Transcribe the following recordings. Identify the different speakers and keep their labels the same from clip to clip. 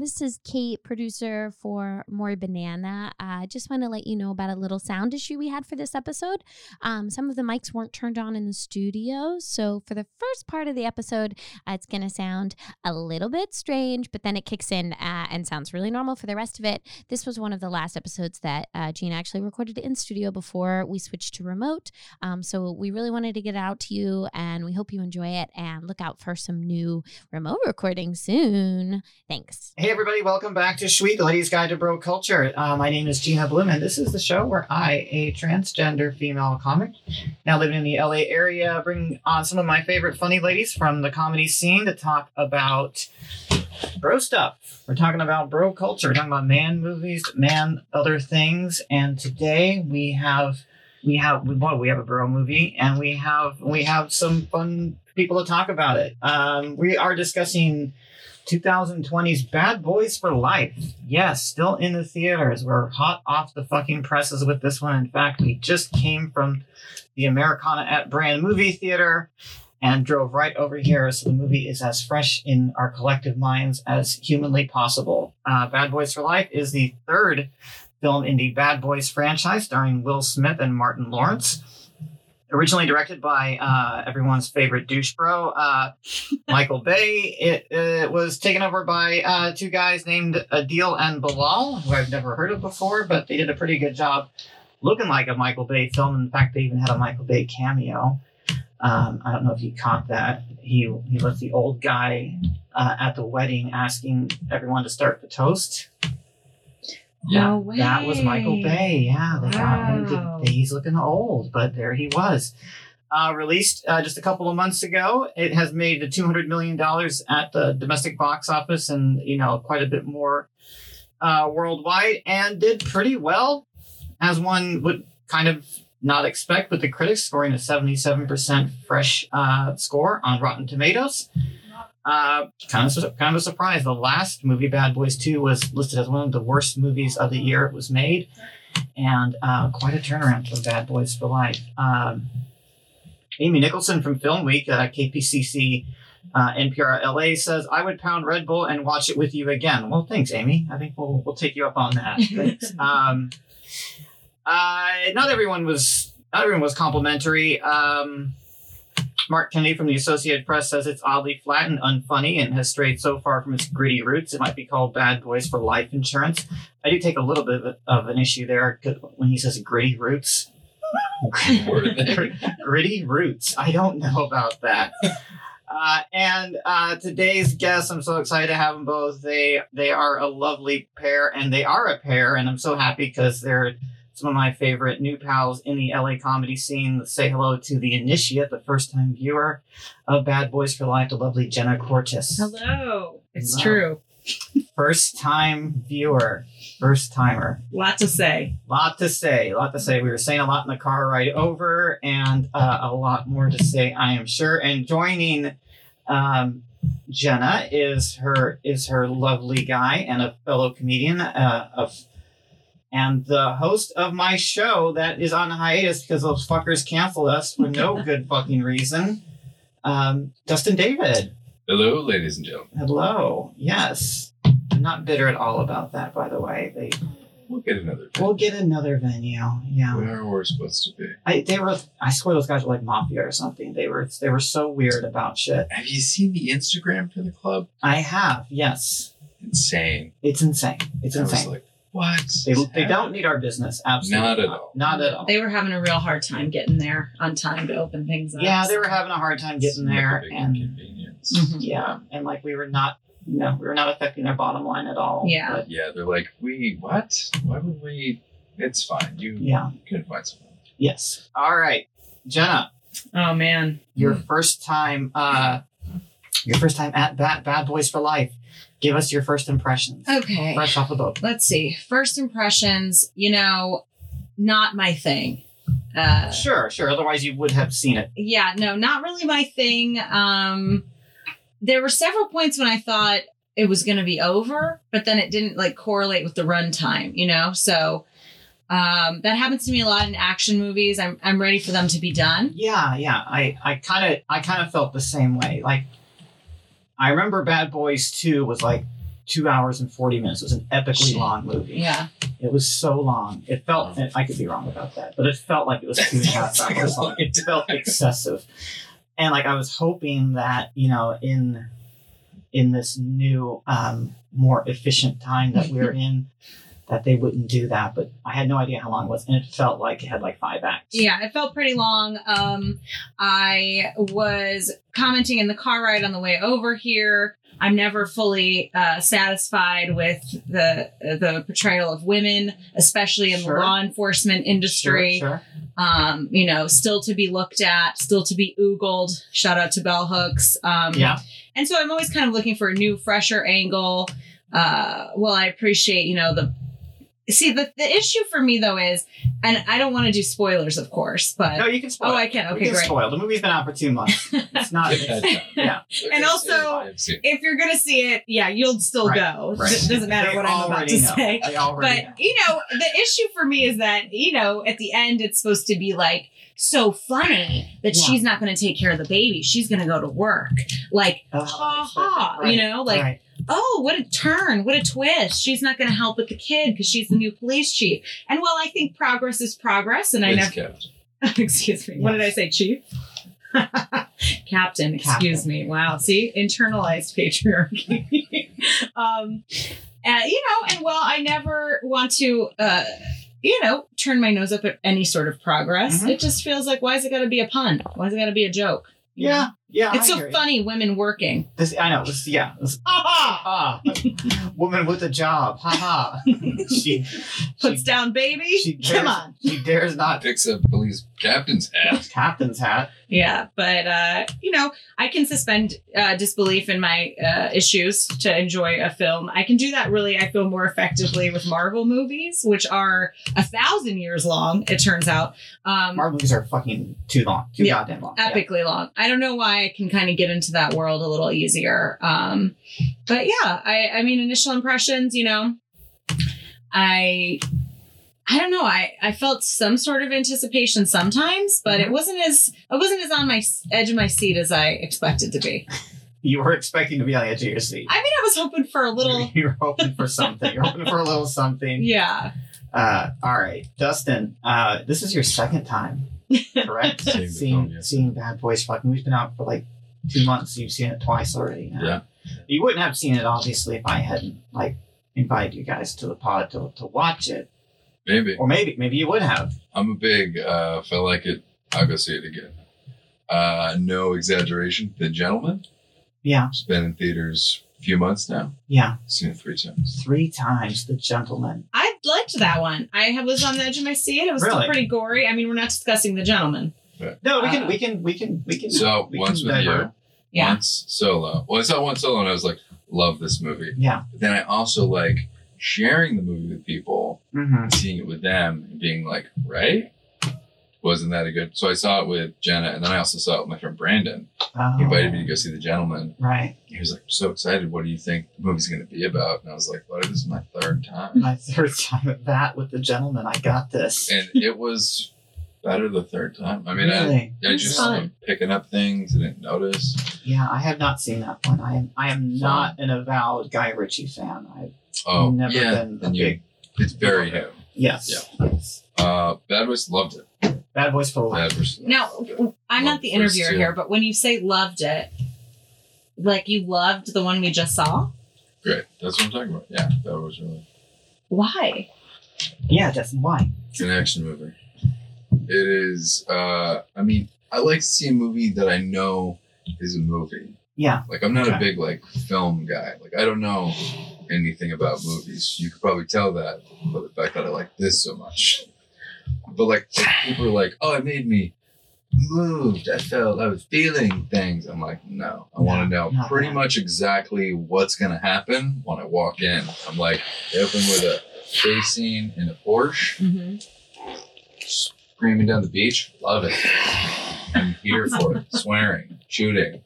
Speaker 1: this is Kate, producer for More Banana. I uh, just want to let you know about a little sound issue we had for this episode. Um, some of the mics weren't turned on in the studio. So, for the first part of the episode, uh, it's going to sound a little bit strange, but then it kicks in uh, and sounds really normal for the rest of it. This was one of the last episodes that uh, Gina actually recorded in studio before we switched to remote. Um, so, we really wanted to get it out to you, and we hope you enjoy it and look out for some new remote recording soon. Thanks.
Speaker 2: Hey, everybody, welcome back to Sweet Ladies Guide to Bro Culture. Uh, my name is Gina Bloom, and this is the show where I, a transgender female comic, now living in the LA area, bring on some of my favorite funny ladies from the comedy scene to talk about bro stuff. We're talking about bro culture, we're talking about man movies, man other things, and today we have. We have well, we have a bro movie, and we have we have some fun people to talk about it. Um, we are discussing 2020's Bad Boys for Life. Yes, still in the theaters. We're hot off the fucking presses with this one. In fact, we just came from the Americana at Brand Movie Theater and drove right over here. So the movie is as fresh in our collective minds as humanly possible. Uh, Bad Boys for Life is the third film in the Bad Boys franchise, starring Will Smith and Martin Lawrence originally directed by uh, everyone's favorite douche bro, uh, Michael Bay. It, it, was taken over by uh, two guys named Adil and Bilal, who I've never heard of before, but they did a pretty good job looking like a Michael Bay film. In fact, they even had a Michael Bay cameo. Um, I don't know if you caught that. He he was the old guy uh, at the wedding asking everyone to start the toast.
Speaker 3: Yeah, no
Speaker 2: that was Michael Bay. Yeah, they got him.
Speaker 3: Wow.
Speaker 2: To, he's looking old, but there he was. Uh, released uh, just a couple of months ago, it has made the two hundred million dollars at the domestic box office, and you know quite a bit more uh, worldwide, and did pretty well, as one would kind of not expect, with the critics scoring a seventy-seven percent fresh uh, score on Rotten Tomatoes. Uh, kind of kind of a surprise. The last movie, Bad Boys Two, was listed as one of the worst movies of the year it was made, and uh, quite a turnaround from Bad Boys for Life. Um, Amy Nicholson from Film Week, uh, KPCC, uh, NPR LA says, "I would pound Red Bull and watch it with you again." Well, thanks, Amy. I think we'll we'll take you up on that. Thanks. um, uh, not everyone was not everyone was complimentary. Um, Mark Kennedy from the Associated Press says it's oddly flat and unfunny and has strayed so far from its gritty roots it might be called Bad Boys for Life Insurance. I do take a little bit of, of an issue there 'cause when he says gritty roots. gritty roots. I don't know about that. Uh, and uh, today's guests, I'm so excited to have them both. They they are a lovely pair, and they are a pair, and I'm so happy because they're some of my favorite new pals in the LA comedy scene. Let's say hello to the initiate, the first time viewer of Bad Boys for Life, the lovely Jenna Cortes.
Speaker 3: Hello. It's
Speaker 2: Wow.
Speaker 3: true.
Speaker 2: First time viewer, first timer.
Speaker 3: Lot to say.
Speaker 2: Lot to say, lot to say. We were saying a lot in the car ride over, and uh, a lot more to say, I am sure. And joining um, Jenna is her is her lovely guy and a fellow comedian uh, of. And the host of my show that is on hiatus because those fuckers canceled us for no good fucking reason. Um, Dustin David.
Speaker 4: Hello, ladies and gentlemen.
Speaker 2: Hello. Yes. I'm not bitter at all about that, by the way. They,
Speaker 4: We'll get another.
Speaker 2: we'll get another venue. Yeah.
Speaker 4: Where we're supposed to be.
Speaker 2: I they were I swear those guys were like mafia or something. They were they were so weird about shit.
Speaker 4: Have you seen the Instagram for the club?
Speaker 2: I have, yes.
Speaker 4: Insane.
Speaker 2: It's insane. It's
Speaker 4: I was
Speaker 2: insane.
Speaker 4: like, what?
Speaker 2: They, they don't need our business. Absolutely.
Speaker 4: Not at all.
Speaker 2: Not at all.
Speaker 3: They were having a real hard time getting there on time to open things up.
Speaker 2: yeah, they were having a hard time getting there and Mm-hmm.
Speaker 4: Inconvenience.
Speaker 3: Mhm.
Speaker 2: yeah, and like we were not no, we were not affecting their bottom line at all.
Speaker 3: Yeah.
Speaker 2: But,
Speaker 4: Yeah, they're like, we what? Why would we? It's fine. You
Speaker 2: yeah.
Speaker 4: can find someone.
Speaker 2: Yes. All right. Jenna,
Speaker 3: Oh man.
Speaker 2: your first time uh your first time at Bat Bad Boys for Life. Give us your first impressions.
Speaker 3: Okay.
Speaker 2: Fresh off the boat.
Speaker 3: Let's see. First impressions, you know, not my thing. Uh
Speaker 2: Sure, sure. Otherwise you would have seen it.
Speaker 3: yeah, no, not really my thing. Um there were several points when I thought it was going to be over, but then it didn't like correlate with the runtime, you know? So um that happens to me a lot in action movies. I'm I'm ready for them to be done.
Speaker 2: Yeah, yeah. I I kind of I kind of felt the same way. Like I remember Bad Boys 2 was like two hours and 40 minutes. It was an epically
Speaker 5: Shit.
Speaker 2: long movie.
Speaker 5: Yeah. Mm.
Speaker 2: It was so long. It felt, and I could be wrong about that, but it felt like it was two and a half hours long. It felt excessive. And like I was hoping that, you know, in in this new, um, more efficient time that we're in, that they wouldn't do that. But I had no idea how long it was. And it felt like it had like five acts.
Speaker 5: Yeah, it felt pretty long. Um, I was commenting in the car ride on the way over here. I'm never fully uh, satisfied with the the portrayal of women, especially in
Speaker 2: Sure.
Speaker 5: the law enforcement
Speaker 2: Sure,
Speaker 5: industry.
Speaker 2: sure.
Speaker 5: Um, you know, still to be looked at, still to be oogled. Shout out to Bell Hooks. Um,
Speaker 2: Yeah.
Speaker 5: and so I'm always kind of looking for a new, fresher angle. Uh, well, I appreciate, you know, the see the the issue for me though is, and I don't want to do spoilers, of course, but
Speaker 2: No, you can spoil.
Speaker 5: oh, I can.
Speaker 2: We
Speaker 5: Okay,
Speaker 2: can
Speaker 5: great.
Speaker 2: spoil. The movie's been out for two months. It's not. yeah.
Speaker 5: And also- If you're gonna see it, yeah, you'll still
Speaker 2: Right,
Speaker 5: go.
Speaker 2: right.
Speaker 5: It doesn't matter
Speaker 2: They
Speaker 5: what I'm about
Speaker 2: already
Speaker 5: to
Speaker 2: know.
Speaker 5: say.
Speaker 2: They already know.
Speaker 5: But you know, the issue for me is that you know, at the end, it's supposed to be like so funny that
Speaker 2: Yeah.
Speaker 5: she's not going to take care of the baby; she's going to go to work. Like,
Speaker 2: Oh,
Speaker 5: ha
Speaker 2: nice, but-
Speaker 5: ha,
Speaker 2: right,
Speaker 5: you know, like
Speaker 2: right.
Speaker 5: oh, what a turn, what a twist. She's not going to help with the kid because she's the new police chief. And while I think progress is progress, and I
Speaker 6: It's
Speaker 5: never,
Speaker 6: kept.
Speaker 5: excuse me, what did I say, chief? Captain, excuse
Speaker 2: Captain.
Speaker 5: me. Wow. See, internalized patriarchy. um, uh, you know, and while I never want to, uh, you know, turn my nose up at any sort of progress,
Speaker 2: Mhm.
Speaker 5: it just feels like, why is it got to be a pun? Why is it got to be a joke? You
Speaker 2: Yeah.
Speaker 5: know?
Speaker 2: Yeah.
Speaker 5: It's
Speaker 2: I hear
Speaker 5: so
Speaker 2: you.
Speaker 5: funny, women working.
Speaker 2: This I know. This, yeah. This,
Speaker 5: Ah,
Speaker 2: ah, woman with a job. Ha ha. she,
Speaker 5: puts
Speaker 2: she,
Speaker 5: down baby.
Speaker 2: she
Speaker 5: Come
Speaker 2: dares-
Speaker 5: on.
Speaker 2: she dares not.
Speaker 6: Picks up police captain's hat.
Speaker 2: Captain's hat.
Speaker 5: Yeah, but uh, you know, I can suspend uh, disbelief in my uh, issues to enjoy a film. I can do that really. I feel more effectively with Marvel movies, which are a thousand years long. It turns out, um,
Speaker 2: Marvel movies are fucking too long. Too
Speaker 5: Yeah.
Speaker 2: goddamn long. Yeah.
Speaker 5: epically long. I don't know why I can kind of get into that world a little easier. Um, but yeah, I, I mean, initial impressions. You know, I. I don't know. I, I felt some sort of anticipation sometimes, but it wasn't as I wasn't as on my s- edge of my seat as I expected to be.
Speaker 2: You were expecting to be on the edge of your seat.
Speaker 5: I mean, I was hoping for a little.
Speaker 2: You were hoping for something. You're hoping for a little something.
Speaker 5: Yeah.
Speaker 2: Uh, all right, Dustin. Uh, this is your second time, correct?
Speaker 6: Seeing the film,
Speaker 2: seeing,
Speaker 6: yes.
Speaker 2: seeing Bad Boys Fuck Movie's been out for like two months. You've seen it twice already. now.
Speaker 6: Yeah.
Speaker 2: You wouldn't have seen it obviously if I hadn't like invited you guys to the pod to, to watch it,
Speaker 6: Maybe.
Speaker 2: or maybe maybe you would have.
Speaker 6: I'm a big, uh, if I like it, I'll go see it again. Uh, no exaggeration. The Gentleman.
Speaker 2: Yeah,
Speaker 6: It's been in theaters a few months now.
Speaker 2: yeah.
Speaker 6: Seen it three times.
Speaker 2: Three times the gentleman.
Speaker 5: I liked that one. I ha- was on the edge of my seat. It was
Speaker 2: Really?
Speaker 5: still pretty gory. I mean, we're not discussing the gentleman.
Speaker 2: No, we can
Speaker 5: Uh,
Speaker 2: we can we can we can.
Speaker 6: So
Speaker 2: we
Speaker 6: once
Speaker 2: can
Speaker 6: with
Speaker 2: divert.
Speaker 6: you,
Speaker 5: Yeah.
Speaker 6: once solo. Well, I saw one solo and I was like, love this movie.
Speaker 2: Yeah.
Speaker 6: But then I also like sharing the movie with people
Speaker 2: Mm-hmm.
Speaker 6: and seeing it with them and being like, right? Wasn't that a good? So I saw it with Jenna and then I also saw it with my friend Brandon.
Speaker 2: Oh,
Speaker 6: He invited me to go see The Gentleman.
Speaker 2: Right.
Speaker 6: He was like, I'm so excited. What do you think the movie's going to be about? And I was like, what if this is my third time?
Speaker 2: My third time at bat with the gentleman. I got this.
Speaker 6: And it was better the third time. I mean, I,
Speaker 2: really?
Speaker 6: I just
Speaker 5: fun.
Speaker 6: am picking up things I didn't notice.
Speaker 2: Yeah, I have not seen that one. I am I am not an avowed Guy Ritchie fan. I
Speaker 6: Oh,
Speaker 2: Never
Speaker 6: yeah.
Speaker 2: been a
Speaker 6: and you,
Speaker 2: big-
Speaker 6: it's very him.
Speaker 2: yes. yes.
Speaker 6: Uh, Bad Boys loved it.
Speaker 2: Bad Boys for Life.
Speaker 6: Bad Boys.
Speaker 5: Now, I'm
Speaker 6: Well,
Speaker 5: not the
Speaker 6: first
Speaker 5: interviewer
Speaker 6: two.
Speaker 5: here, but when you say loved it, like you loved the one we just saw,
Speaker 6: Great. That's what I'm talking about. Yeah, that was really.
Speaker 5: why?
Speaker 2: Yeah, Dustin. Why?
Speaker 6: It's an action movie. It is. Uh, I mean, I like to see a movie that I know is a movie.
Speaker 2: Yeah.
Speaker 6: Like I'm not a
Speaker 2: Okay.
Speaker 6: big like film guy. Like I don't know anything about movies. You could probably tell that by the fact that I like this so much. But like like, people are like, oh, it made me moved. I felt I was feeling things. I'm like, no, I want to know
Speaker 2: not
Speaker 6: pretty
Speaker 2: that.
Speaker 6: much exactly what's gonna happen when I walk in. I'm like, they open with a chase scene in a Porsche,
Speaker 5: Mm-hmm.
Speaker 6: screaming down the beach. Love it. I'm here for it. Swearing, shooting.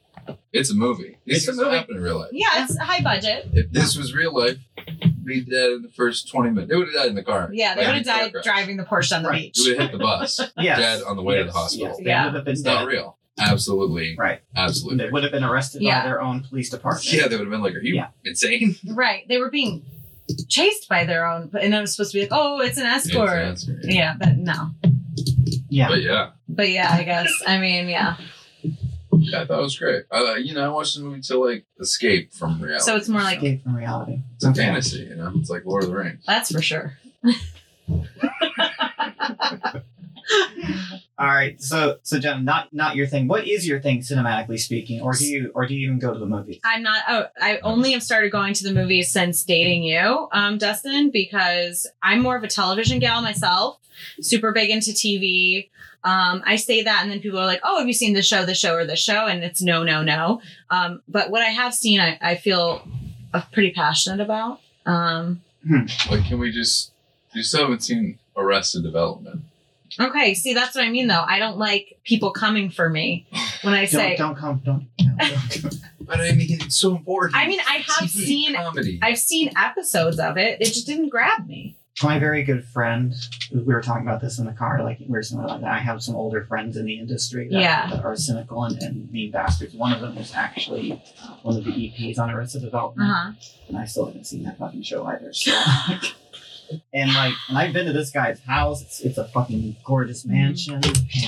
Speaker 6: It's a movie. These
Speaker 2: It's a
Speaker 6: things
Speaker 2: movie.
Speaker 6: Happen in real life.
Speaker 5: Yeah, it's high budget.
Speaker 6: If this was real life, we'd dead in the first 20 minutes. They would have died in the car.
Speaker 5: Yeah, they
Speaker 6: Like,
Speaker 5: would have
Speaker 6: in a car
Speaker 5: died
Speaker 6: crash.
Speaker 5: driving the Porsche on the
Speaker 2: Right.
Speaker 5: beach.
Speaker 6: They would have hit the bus.
Speaker 2: Yes.
Speaker 6: Dead on the way to the
Speaker 2: Yes,
Speaker 6: hospital.
Speaker 2: Yes, they
Speaker 5: Yeah.
Speaker 2: would have been
Speaker 6: It's not
Speaker 2: dead.
Speaker 6: real. absolutely,
Speaker 2: Right.
Speaker 6: absolutely.
Speaker 2: That would have been arrested
Speaker 5: Yeah.
Speaker 2: by their own police department.
Speaker 6: Yeah, they would have been like, "Are you
Speaker 2: Yeah.
Speaker 6: insane?"
Speaker 5: Right. They were being chased by their own, and it was supposed to be like, oh, it's an escort.
Speaker 6: Yeah, it's an escort,
Speaker 5: yeah. but no.
Speaker 2: Yeah.
Speaker 6: But yeah,
Speaker 5: But yeah, I guess. I mean, yeah.
Speaker 6: yeah, that was great. Uh, you know, I watched the movie to like escape from reality.
Speaker 5: So it's more like,
Speaker 2: Escape from reality.
Speaker 6: it's a fantasy, you know. It's like Lord of the Rings.
Speaker 5: that's for sure.
Speaker 2: All right. So so Jenna, not not your thing. What is your thing cinematically speaking? Or do you or do you even go to the movies?
Speaker 5: I'm not. Oh, I only have started going to the movies since dating you, um, Dustin, because I'm more of a television gal myself. Super big into TV. Um, I say that, and then people are like, "Oh, have you seen the show, the show, or the show?" And it's no, no, no. Um, but what I have seen, I, I feel uh, pretty passionate about. Um,
Speaker 6: Like, can we just? You still haven't seen Arrested Development.
Speaker 5: okay, see, that's what I mean, though. I don't like people coming for me when I
Speaker 2: don't
Speaker 5: say.
Speaker 2: don't come, don't, no, don't come.
Speaker 6: But I mean, it's so important.
Speaker 5: I mean, I have
Speaker 6: TV
Speaker 5: seen.
Speaker 6: comedy.
Speaker 5: I've seen episodes of it. It just didn't grab me.
Speaker 2: My very good friend, we were talking about this in the car, like we were somewhere like that. I have some older friends in the industry that,
Speaker 5: Yeah.
Speaker 2: that are cynical and, and mean bastards. One of them is actually uh, one of the EPs on Arrested Development.
Speaker 5: Uh
Speaker 2: and I still haven't seen that fucking show either. So, like, and like, and I've been to this guy's house. It's, it's a fucking gorgeous mansion,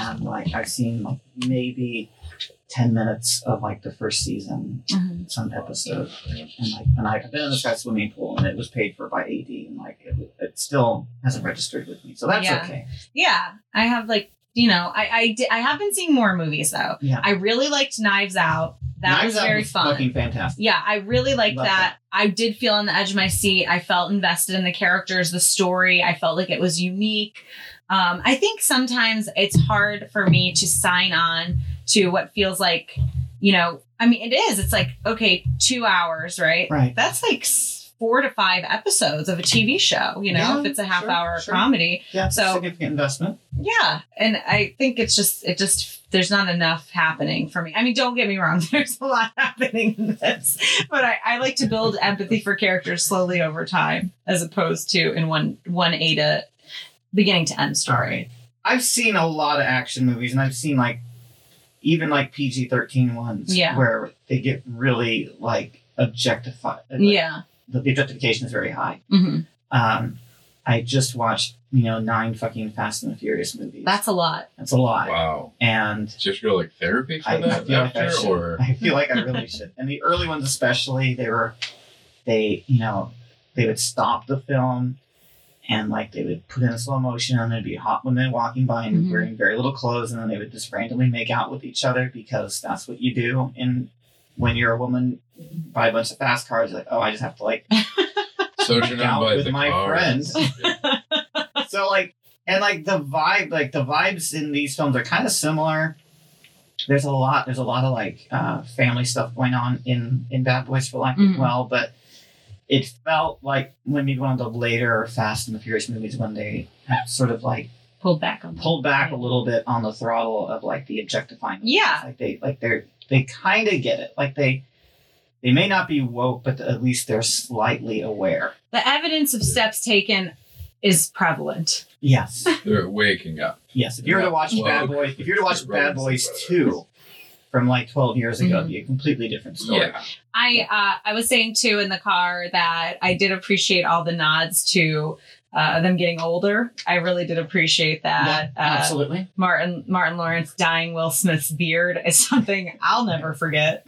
Speaker 2: and like, I've seen like maybe ten minutes of like the first season,
Speaker 5: huh.
Speaker 2: some episode, and like, and I've been in this guy's swimming pool, and it was paid for by AD, and like, it, it still hasn't registered with me, so that's
Speaker 5: Yeah.
Speaker 2: okay.
Speaker 5: Yeah, I have like you know, I I, di- I have been seeing more movies though.
Speaker 2: Yeah,
Speaker 5: I really liked Knives Out. That
Speaker 2: Knives
Speaker 5: was
Speaker 2: Out
Speaker 5: very fun.
Speaker 2: Fucking fantastic.
Speaker 5: yeah, I really liked
Speaker 2: Love
Speaker 5: that.
Speaker 2: that.
Speaker 5: I did feel on the edge of my seat. I felt invested in the characters, the story. I felt like it was unique. Um, I think sometimes it's hard for me to sign on to what feels like, you know, I mean, it is. It's like, okay, two hours, right?
Speaker 2: Right.
Speaker 5: That's like s- four to five episodes of a TV show, you know,
Speaker 2: Yeah,
Speaker 5: if it's a half
Speaker 2: sure,
Speaker 5: hour
Speaker 2: sure.
Speaker 5: comedy.
Speaker 2: Yeah, it's a
Speaker 5: So-
Speaker 2: significant investment.
Speaker 5: Yeah, and I think it's just it just there's not enough happening for me. I mean, don't get me wrong, there's a lot happening in this, but I, I like to build empathy for characters slowly over time, as opposed to in one one A to beginning to end story.
Speaker 2: I've seen a lot of action movies, and I've seen like even like PG thirteen ones,
Speaker 5: Yeah.
Speaker 2: where they get really like objectified. like,
Speaker 5: Yeah,
Speaker 2: the, the objectification is very high.
Speaker 5: hmm
Speaker 2: Um, I just watched you know nine fucking Fast and the Furious movies.
Speaker 5: that's a lot.
Speaker 2: that's a lot,
Speaker 6: Wow.
Speaker 2: and
Speaker 6: Did you have to go to, like therapy for
Speaker 2: I, I
Speaker 6: that
Speaker 2: feel like I
Speaker 6: after,
Speaker 2: should.
Speaker 6: or
Speaker 2: I feel like I really should. And the early ones, especially, they were they you know they would stop the film. And like they would put in slow motion, and there'd be hot women walking by and
Speaker 5: Mhm.
Speaker 2: wearing very little clothes, and then they would just randomly make out with each other because that's what you do. And when you're a woman, buy a bunch of fast cars, you're like, oh, I just have to like
Speaker 6: sojourn
Speaker 2: Out
Speaker 6: by
Speaker 2: with
Speaker 6: the
Speaker 2: my
Speaker 6: car.
Speaker 2: friends. so like and like the vibe like the vibes in these films are kind of similar there's a lot there's a lot of like uh, family stuff going on in in bad boys for life
Speaker 5: Mhm.
Speaker 2: as well but it felt like when maybe one of the later fast and the furious movies when they have sort of like
Speaker 5: Pulled back on.
Speaker 2: pulled back a little bit on the throttle of like the objectifying
Speaker 5: Yeah.
Speaker 2: like they like they're they kind of get it like they they may not be woke but at least they're slightly aware
Speaker 5: The evidence of steps taken is prevalent.
Speaker 2: yes
Speaker 6: They're waking up.
Speaker 2: Yes, if you were to watch
Speaker 6: Whoa.
Speaker 2: Bad Boys, if you were to watch Bad Boys two from like twelve years ago,
Speaker 5: Mm-hmm.
Speaker 2: it'd be a completely different story.
Speaker 6: Yeah.
Speaker 5: I uh, I was saying too in the car that I did appreciate all the nods to uh, them getting older. I really did appreciate that.
Speaker 2: Yeah,
Speaker 5: uh,
Speaker 2: absolutely.
Speaker 5: Martin Martin Lawrence dyeing Will Smith's beard is something I'll never forget.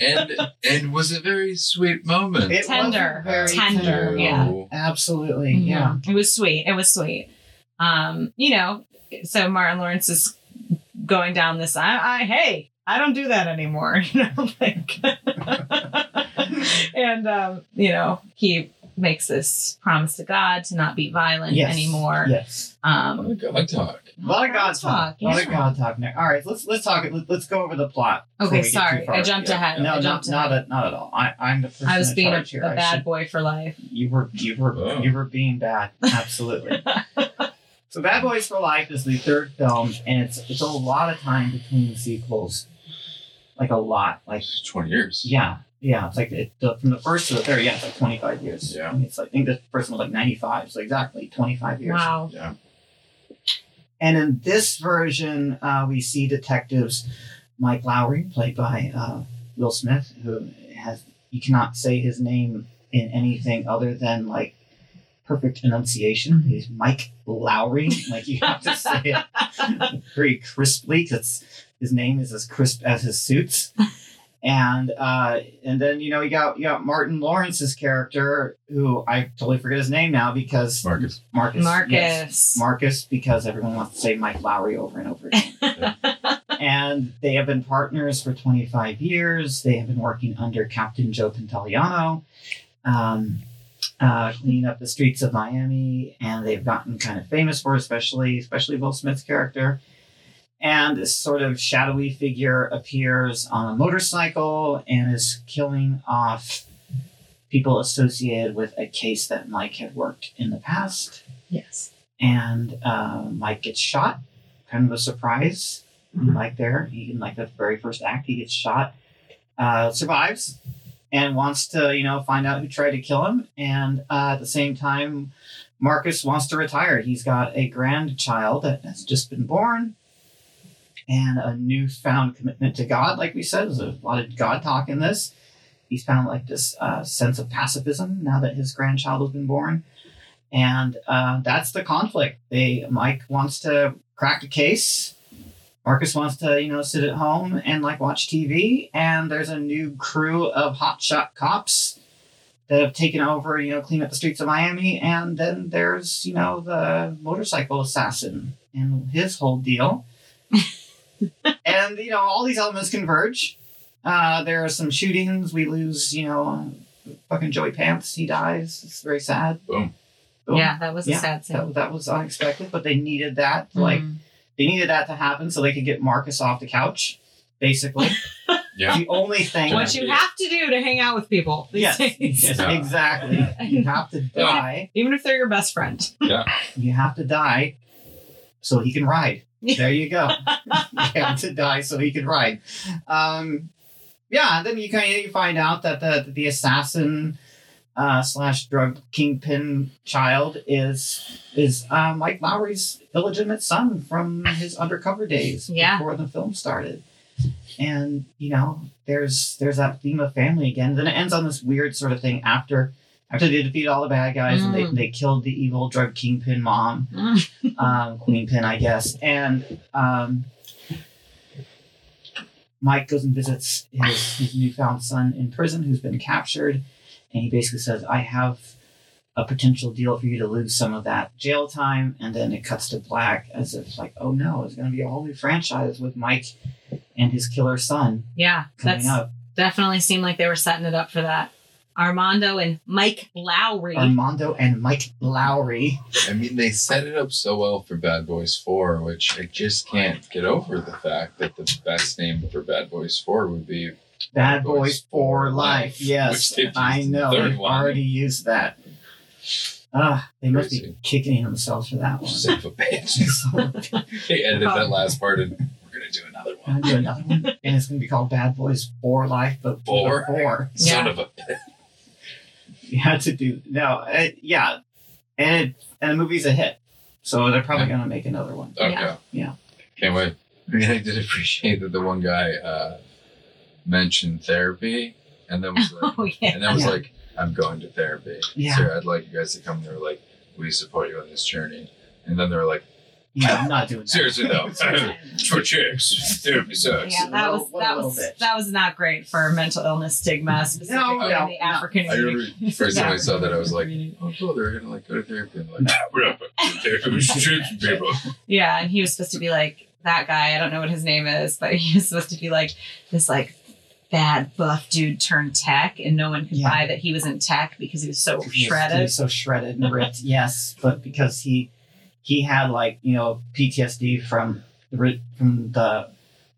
Speaker 6: And and was a very sweet moment.
Speaker 2: It was
Speaker 5: tender,
Speaker 2: very
Speaker 5: tender,
Speaker 6: So,
Speaker 5: yeah.
Speaker 2: Absolutely, yeah.
Speaker 5: Mhm. it was sweet. It was sweet. Um, you know, so Martin Lawrence is going down this. I, I hey, I don't do that anymore. You know, like, and um, you know, he makes this promise to God to not be violent
Speaker 2: Yes.
Speaker 5: anymore.
Speaker 2: Yes.
Speaker 6: What a
Speaker 5: Um,
Speaker 6: God talk.
Speaker 2: A lot of God talk. A lot of
Speaker 5: yeah.
Speaker 2: God talk. Now. All right, let's let's talk. Let, let's go over the plot. before
Speaker 5: Okay,
Speaker 2: we get too
Speaker 5: sorry,
Speaker 2: far.
Speaker 5: I jumped
Speaker 2: Yeah.
Speaker 5: ahead.
Speaker 2: No,
Speaker 5: I
Speaker 2: not
Speaker 5: jumped
Speaker 2: not
Speaker 5: ahead.
Speaker 2: at not at all. I I'm the person.
Speaker 5: I was
Speaker 2: in
Speaker 5: being a,
Speaker 2: charge here.
Speaker 5: a
Speaker 2: I
Speaker 5: bad
Speaker 2: should-
Speaker 5: boy for life.
Speaker 2: You were you were
Speaker 6: Oh.
Speaker 2: you were being bad. Absolutely. so Bad Boys for Life is the third film, and it's it's a lot of time between sequels, like a lot, like.
Speaker 6: Twenty years.
Speaker 2: Yeah, yeah. It's like it, the, from the first to the third. Yeah, it's like twenty five years.
Speaker 6: Yeah.
Speaker 2: I mean, it's like, I think the first one was like ninety five. So exactly twenty five years.
Speaker 5: Wow.
Speaker 6: Yeah.
Speaker 2: And in this version, uh, we see detectives Mike Lowry, played by uh, Will Smith, who has you cannot say his name in anything other than like perfect enunciation. He's Mike Lowry. Like you have to say it very crisply because his name is as crisp as his suits. And uh, and then you know you got you got Martin Lawrence's character who I totally forget his name now because
Speaker 6: Marcus.
Speaker 2: Marcus
Speaker 5: Marcus.
Speaker 2: yes. Marcus because everyone wants to say Mike Lowry over and over again. and they have been partners for 25 years. They have been working under Captain Joe Pantoliano, um, uh, cleaning up the streets of Miami, and they've gotten kind of famous for, it, especially especially Will Smith's character. And this sort of shadowy figure appears on a motorcycle and is killing off people associated with a case that Mike had worked in the past
Speaker 5: Yes.
Speaker 2: and uh, Mike gets shot. Kind of a surprise, Mike there. He in like the very first act, he gets shot, uh, survives, and wants to you know find out who tried to kill him. And uh, at the same time, Marcus wants to retire. He's got a grandchild that has just been born, and a newfound commitment to God. Like we said, there's a lot of God talk in this. He's found like this uh, sense of pacifism now that his grandchild has been born and uh, that's the conflict. They Mike wants to crack a case, Marcus wants to you know sit at home and like watch TV, and there's a new crew of hotshot cops that have taken over, you know, clean up the streets of Miami, and then there's you know the motorcycle assassin and his whole deal, and you know all these elements converge. Uh, there are some shootings. We lose, you know, fucking Joey Pants. He dies. It's very sad.
Speaker 6: Boom.
Speaker 2: Boom.
Speaker 5: Yeah, that was
Speaker 2: Oh. Yeah.
Speaker 5: a sad scene.
Speaker 2: That, that was unexpected, but they needed that. Like
Speaker 5: Mhm.
Speaker 2: they needed that to happen so they could get Marcus off the couch. Basically,
Speaker 6: Yeah.
Speaker 2: the only thing.
Speaker 6: Yeah.
Speaker 5: what you have to do to hang out with people these
Speaker 2: yes,
Speaker 5: days.
Speaker 2: yes,
Speaker 6: Yeah.
Speaker 2: exactly. You have to die.
Speaker 5: Even if they're your best friend.
Speaker 2: You have to die, so he can ride. There you go. you have to die so he can ride. Um, yeah, and then you kind of you find out that the the assassin uh, slash drug kingpin child is is uh, Mike Lowry's illegitimate son from his undercover days
Speaker 5: Yeah.
Speaker 2: before the film started. And you know, there's there's that theme of family again. Then it ends on this weird sort of thing after after they defeat all the bad guys and they,
Speaker 5: Mm.
Speaker 2: they killed the evil drug kingpin mom
Speaker 5: Mm.
Speaker 2: um, Queen Pin, I guess. And um, Mike goes and visits his, his newfound son in prison who's been captured. And he basically says, I have a potential deal for you to lose some of that jail time. And then it cuts to black as if, like, oh no, it's going to be a whole new franchise with Mike and his killer son
Speaker 5: Yeah,
Speaker 2: coming
Speaker 5: that's
Speaker 2: up.
Speaker 5: definitely seemed like they were setting it up for that. Armando and Mike Lowry.
Speaker 2: Armando and Mike Lowry.
Speaker 6: I mean, they set it up so well for Bad Boys 4, which I just can't get over the fact that the best name for Bad Boys 4 would be
Speaker 2: Bad Boys for Life. Yes,
Speaker 6: Which they've used
Speaker 2: I
Speaker 6: in the
Speaker 2: know.
Speaker 6: third
Speaker 2: They've
Speaker 6: one.
Speaker 2: already used that. Ah, they must be
Speaker 6: Crazy.
Speaker 2: kicking themselves for that one.
Speaker 6: Son of a bitch. they edited that last part and we're going to do another
Speaker 2: I'm
Speaker 6: one.
Speaker 2: gonna do another one, and it's gonna be called Bad Boys for Life, but for
Speaker 6: For?
Speaker 2: the four.
Speaker 6: Son of a
Speaker 2: You had to do no, it, yeah, and it, and the movie's a hit, so they're probably gonna make another one.
Speaker 6: Okay.
Speaker 5: Yeah.
Speaker 2: Yeah.
Speaker 6: Can't wait. I mean, I did appreciate that the one guy uh, mentioned therapy, and then was like,
Speaker 5: Oh yeah.
Speaker 6: and that was
Speaker 2: Yeah.
Speaker 6: like, I'm going to therapy.
Speaker 2: Yeah.
Speaker 6: Sir, I'd like you guys to come. They were like, we support you on this journey. And then they were like,
Speaker 2: Yeah, I'm not doing that.
Speaker 6: seriously though, it's for chicks, therapy sucks.
Speaker 5: Yeah, that was
Speaker 2: What a
Speaker 5: that
Speaker 2: little
Speaker 5: was
Speaker 2: bitch.
Speaker 5: that was not great for mental illness stigma specifically
Speaker 2: no,
Speaker 5: in the
Speaker 2: no.
Speaker 5: African
Speaker 6: I remember the first time I saw that, I was like,
Speaker 5: community.
Speaker 6: oh cool, they're gonna like go to therapy. And they're like, we're not going to therapy, we're just church people.
Speaker 5: Yeah, and he was supposed to be like that guy. I don't know what his name is, but he was supposed to be like this like bad buff dude turned tech, and no one could
Speaker 2: Yeah.
Speaker 5: buy that he was in tech because he was so
Speaker 2: He's-
Speaker 5: shredded.
Speaker 2: He's so shredded and ripped. yes, but because he he had like you know PTSD from the re- from the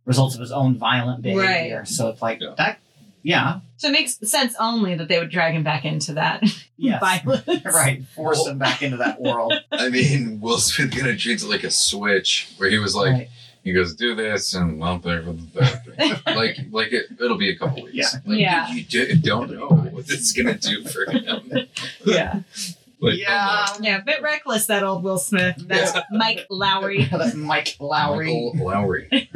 Speaker 2: results of his own violent behavior. So it's like
Speaker 6: Yeah.
Speaker 2: that. Yeah.
Speaker 5: So it makes sense only that they would drag him back into that
Speaker 2: Yes.
Speaker 5: violence.
Speaker 2: Right. Force him back into that world.
Speaker 6: I mean, Will Smith kind of treats it like a switch, where he was like,
Speaker 2: Right.
Speaker 6: he goes, do this, and well, there for the therapy. like, like it, it'll be a couple weeks.
Speaker 2: Yeah.
Speaker 6: Like,
Speaker 5: Yeah.
Speaker 6: You, you do, don't know what this is gonna do for him.
Speaker 5: Yeah.
Speaker 4: Like,
Speaker 2: yeah.
Speaker 3: Yeah, a bit reckless that old Will Smith. That's
Speaker 4: Yeah.
Speaker 3: Mike Lowry.
Speaker 2: That's Mike Lowry.
Speaker 4: Michael Lowry.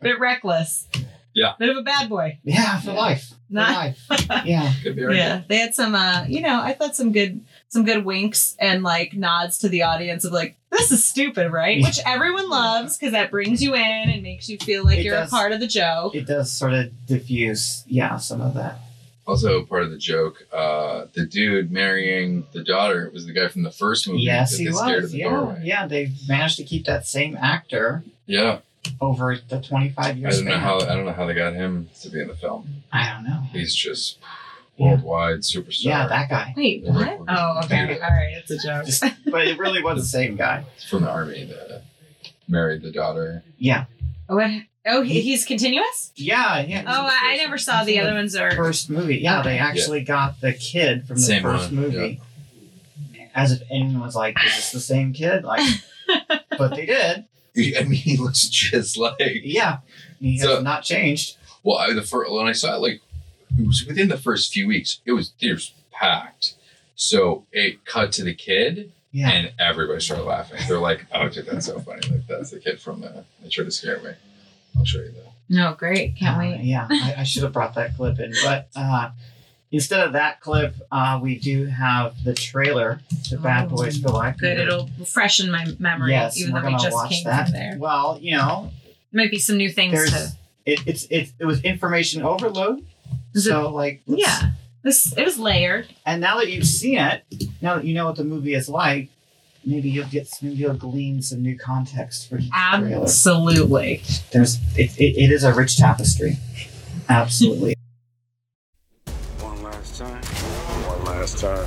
Speaker 3: Bit reckless.
Speaker 4: Yeah.
Speaker 3: Bit of a bad boy.
Speaker 2: Yeah, for life. For
Speaker 3: Not,
Speaker 2: life. Yeah.
Speaker 4: Could be right.
Speaker 3: yeah. They had some uh, you know, I thought some good some good winks and like nods to the audience of like, this is stupid, right? Which everyone loves because that brings you in and makes you feel like
Speaker 2: It
Speaker 3: you're
Speaker 2: does.
Speaker 3: a part of the joke.
Speaker 2: It does sort of diffuse, yeah, some of that.
Speaker 4: Also, part of the joke, uh, the dude marrying the daughter was the guy from the first movie
Speaker 2: yes,
Speaker 4: that
Speaker 2: he
Speaker 4: gets scared of
Speaker 2: was.
Speaker 4: the
Speaker 2: Yeah,
Speaker 4: doorway.
Speaker 2: yeah. They've managed to keep that same actor
Speaker 4: Yeah,
Speaker 2: over the 25
Speaker 4: I
Speaker 2: years.
Speaker 4: don't know how I don't know how they got him to be in the film.
Speaker 2: I don't know.
Speaker 4: He's just
Speaker 2: Yeah.
Speaker 4: worldwide superstar.
Speaker 2: Yeah, that guy.
Speaker 3: Wait,
Speaker 4: Yeah,
Speaker 3: what?
Speaker 4: we're-
Speaker 3: Oh, okay.
Speaker 4: Yeah.
Speaker 3: All right, it's a joke.
Speaker 2: Just- but it really was the same guy.
Speaker 4: from the army that married the daughter.
Speaker 2: Yeah.
Speaker 3: What? Oh, he, he's continuous?
Speaker 2: Yeah, yeah.
Speaker 3: Oh, I, I never saw the other ones
Speaker 2: The
Speaker 3: or
Speaker 2: first movie. Yeah, they actually got the kid from the
Speaker 4: Same
Speaker 2: first
Speaker 4: one,
Speaker 2: movie. As if anyone was like, is this the same kid? Like, but they did.
Speaker 4: I mean, he looks just like.
Speaker 2: Yeah. He has
Speaker 4: So-
Speaker 2: not changed.
Speaker 4: Well, I, the first when I saw it, like it was within the first few weeks, it was theaters packed. So it cut to the kid,
Speaker 2: Yeah.
Speaker 4: and everybody started laughing. They're like, "Oh, dude, that's so funny! Like that's the kid from the. They tried to scare me. I'll show you that.
Speaker 3: No, great. Can't
Speaker 2: Uh,
Speaker 3: wait.
Speaker 2: yeah, I, I should have brought that clip in. But uh, instead of that clip, uh, we do have the trailer to Bad
Speaker 3: Oh,
Speaker 2: Boys for Life.
Speaker 3: Good. It'll freshen my memory,
Speaker 2: yes,
Speaker 3: even
Speaker 2: we're
Speaker 3: though we
Speaker 2: gonna
Speaker 3: just
Speaker 2: watch
Speaker 3: came
Speaker 2: that.
Speaker 3: from there.
Speaker 2: Well, you know,
Speaker 3: Might be some new things
Speaker 2: there's
Speaker 3: to.
Speaker 2: it, it's it, it was information overload.
Speaker 3: Is it-
Speaker 2: So like let's-
Speaker 3: Yeah. This it was layered.
Speaker 2: And now that you've seen it, now that you know what the movie is like, maybe you'll get maybe you'll glean some new context for the trailer.
Speaker 3: Absolutely.
Speaker 2: There's it, it, it is a rich tapestry. Absolutely.
Speaker 7: One last time. One last time.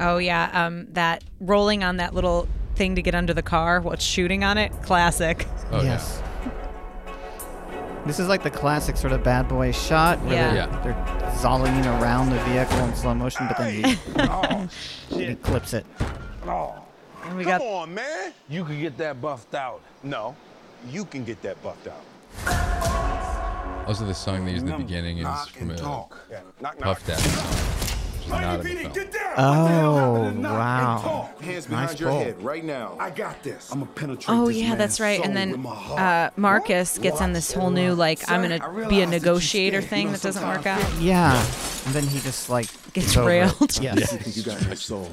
Speaker 5: Oh yeah, um, that rolling on that little thing to get under the car while it's shooting on it, classic.
Speaker 4: Oh
Speaker 2: yes. This is like the classic sort of bad boy shot where
Speaker 5: Yeah.
Speaker 2: They're,
Speaker 4: Yeah.
Speaker 2: they're zollying around the vehicle in slow motion, but then he,
Speaker 7: Oh,
Speaker 2: he
Speaker 7: shit.
Speaker 2: clips it.
Speaker 7: Oh.
Speaker 5: And we
Speaker 7: Come
Speaker 5: got
Speaker 7: on, man. You can get that buffed out. No, you can get that buffed out.
Speaker 6: Also, the song they used in the
Speaker 7: Numb,
Speaker 6: beginning is
Speaker 7: knock,
Speaker 6: from
Speaker 7: and
Speaker 6: a
Speaker 7: talk. Yeah. Knock, knock.
Speaker 6: Puff Daddy song, which is not in the film.
Speaker 7: down.
Speaker 2: Oh, wow.
Speaker 7: Hands
Speaker 2: behind Nice your pull. head
Speaker 7: right now. I got this. I'm gonna penetrate
Speaker 5: Oh yeah, that's right. And then uh, Marcus gets on this whole new like I'm gonna be a negotiator thing that doesn't work out.
Speaker 2: Yeah. And then he just like
Speaker 5: Gets
Speaker 2: is over it.
Speaker 5: railed.
Speaker 2: Yes.
Speaker 7: you got my soul.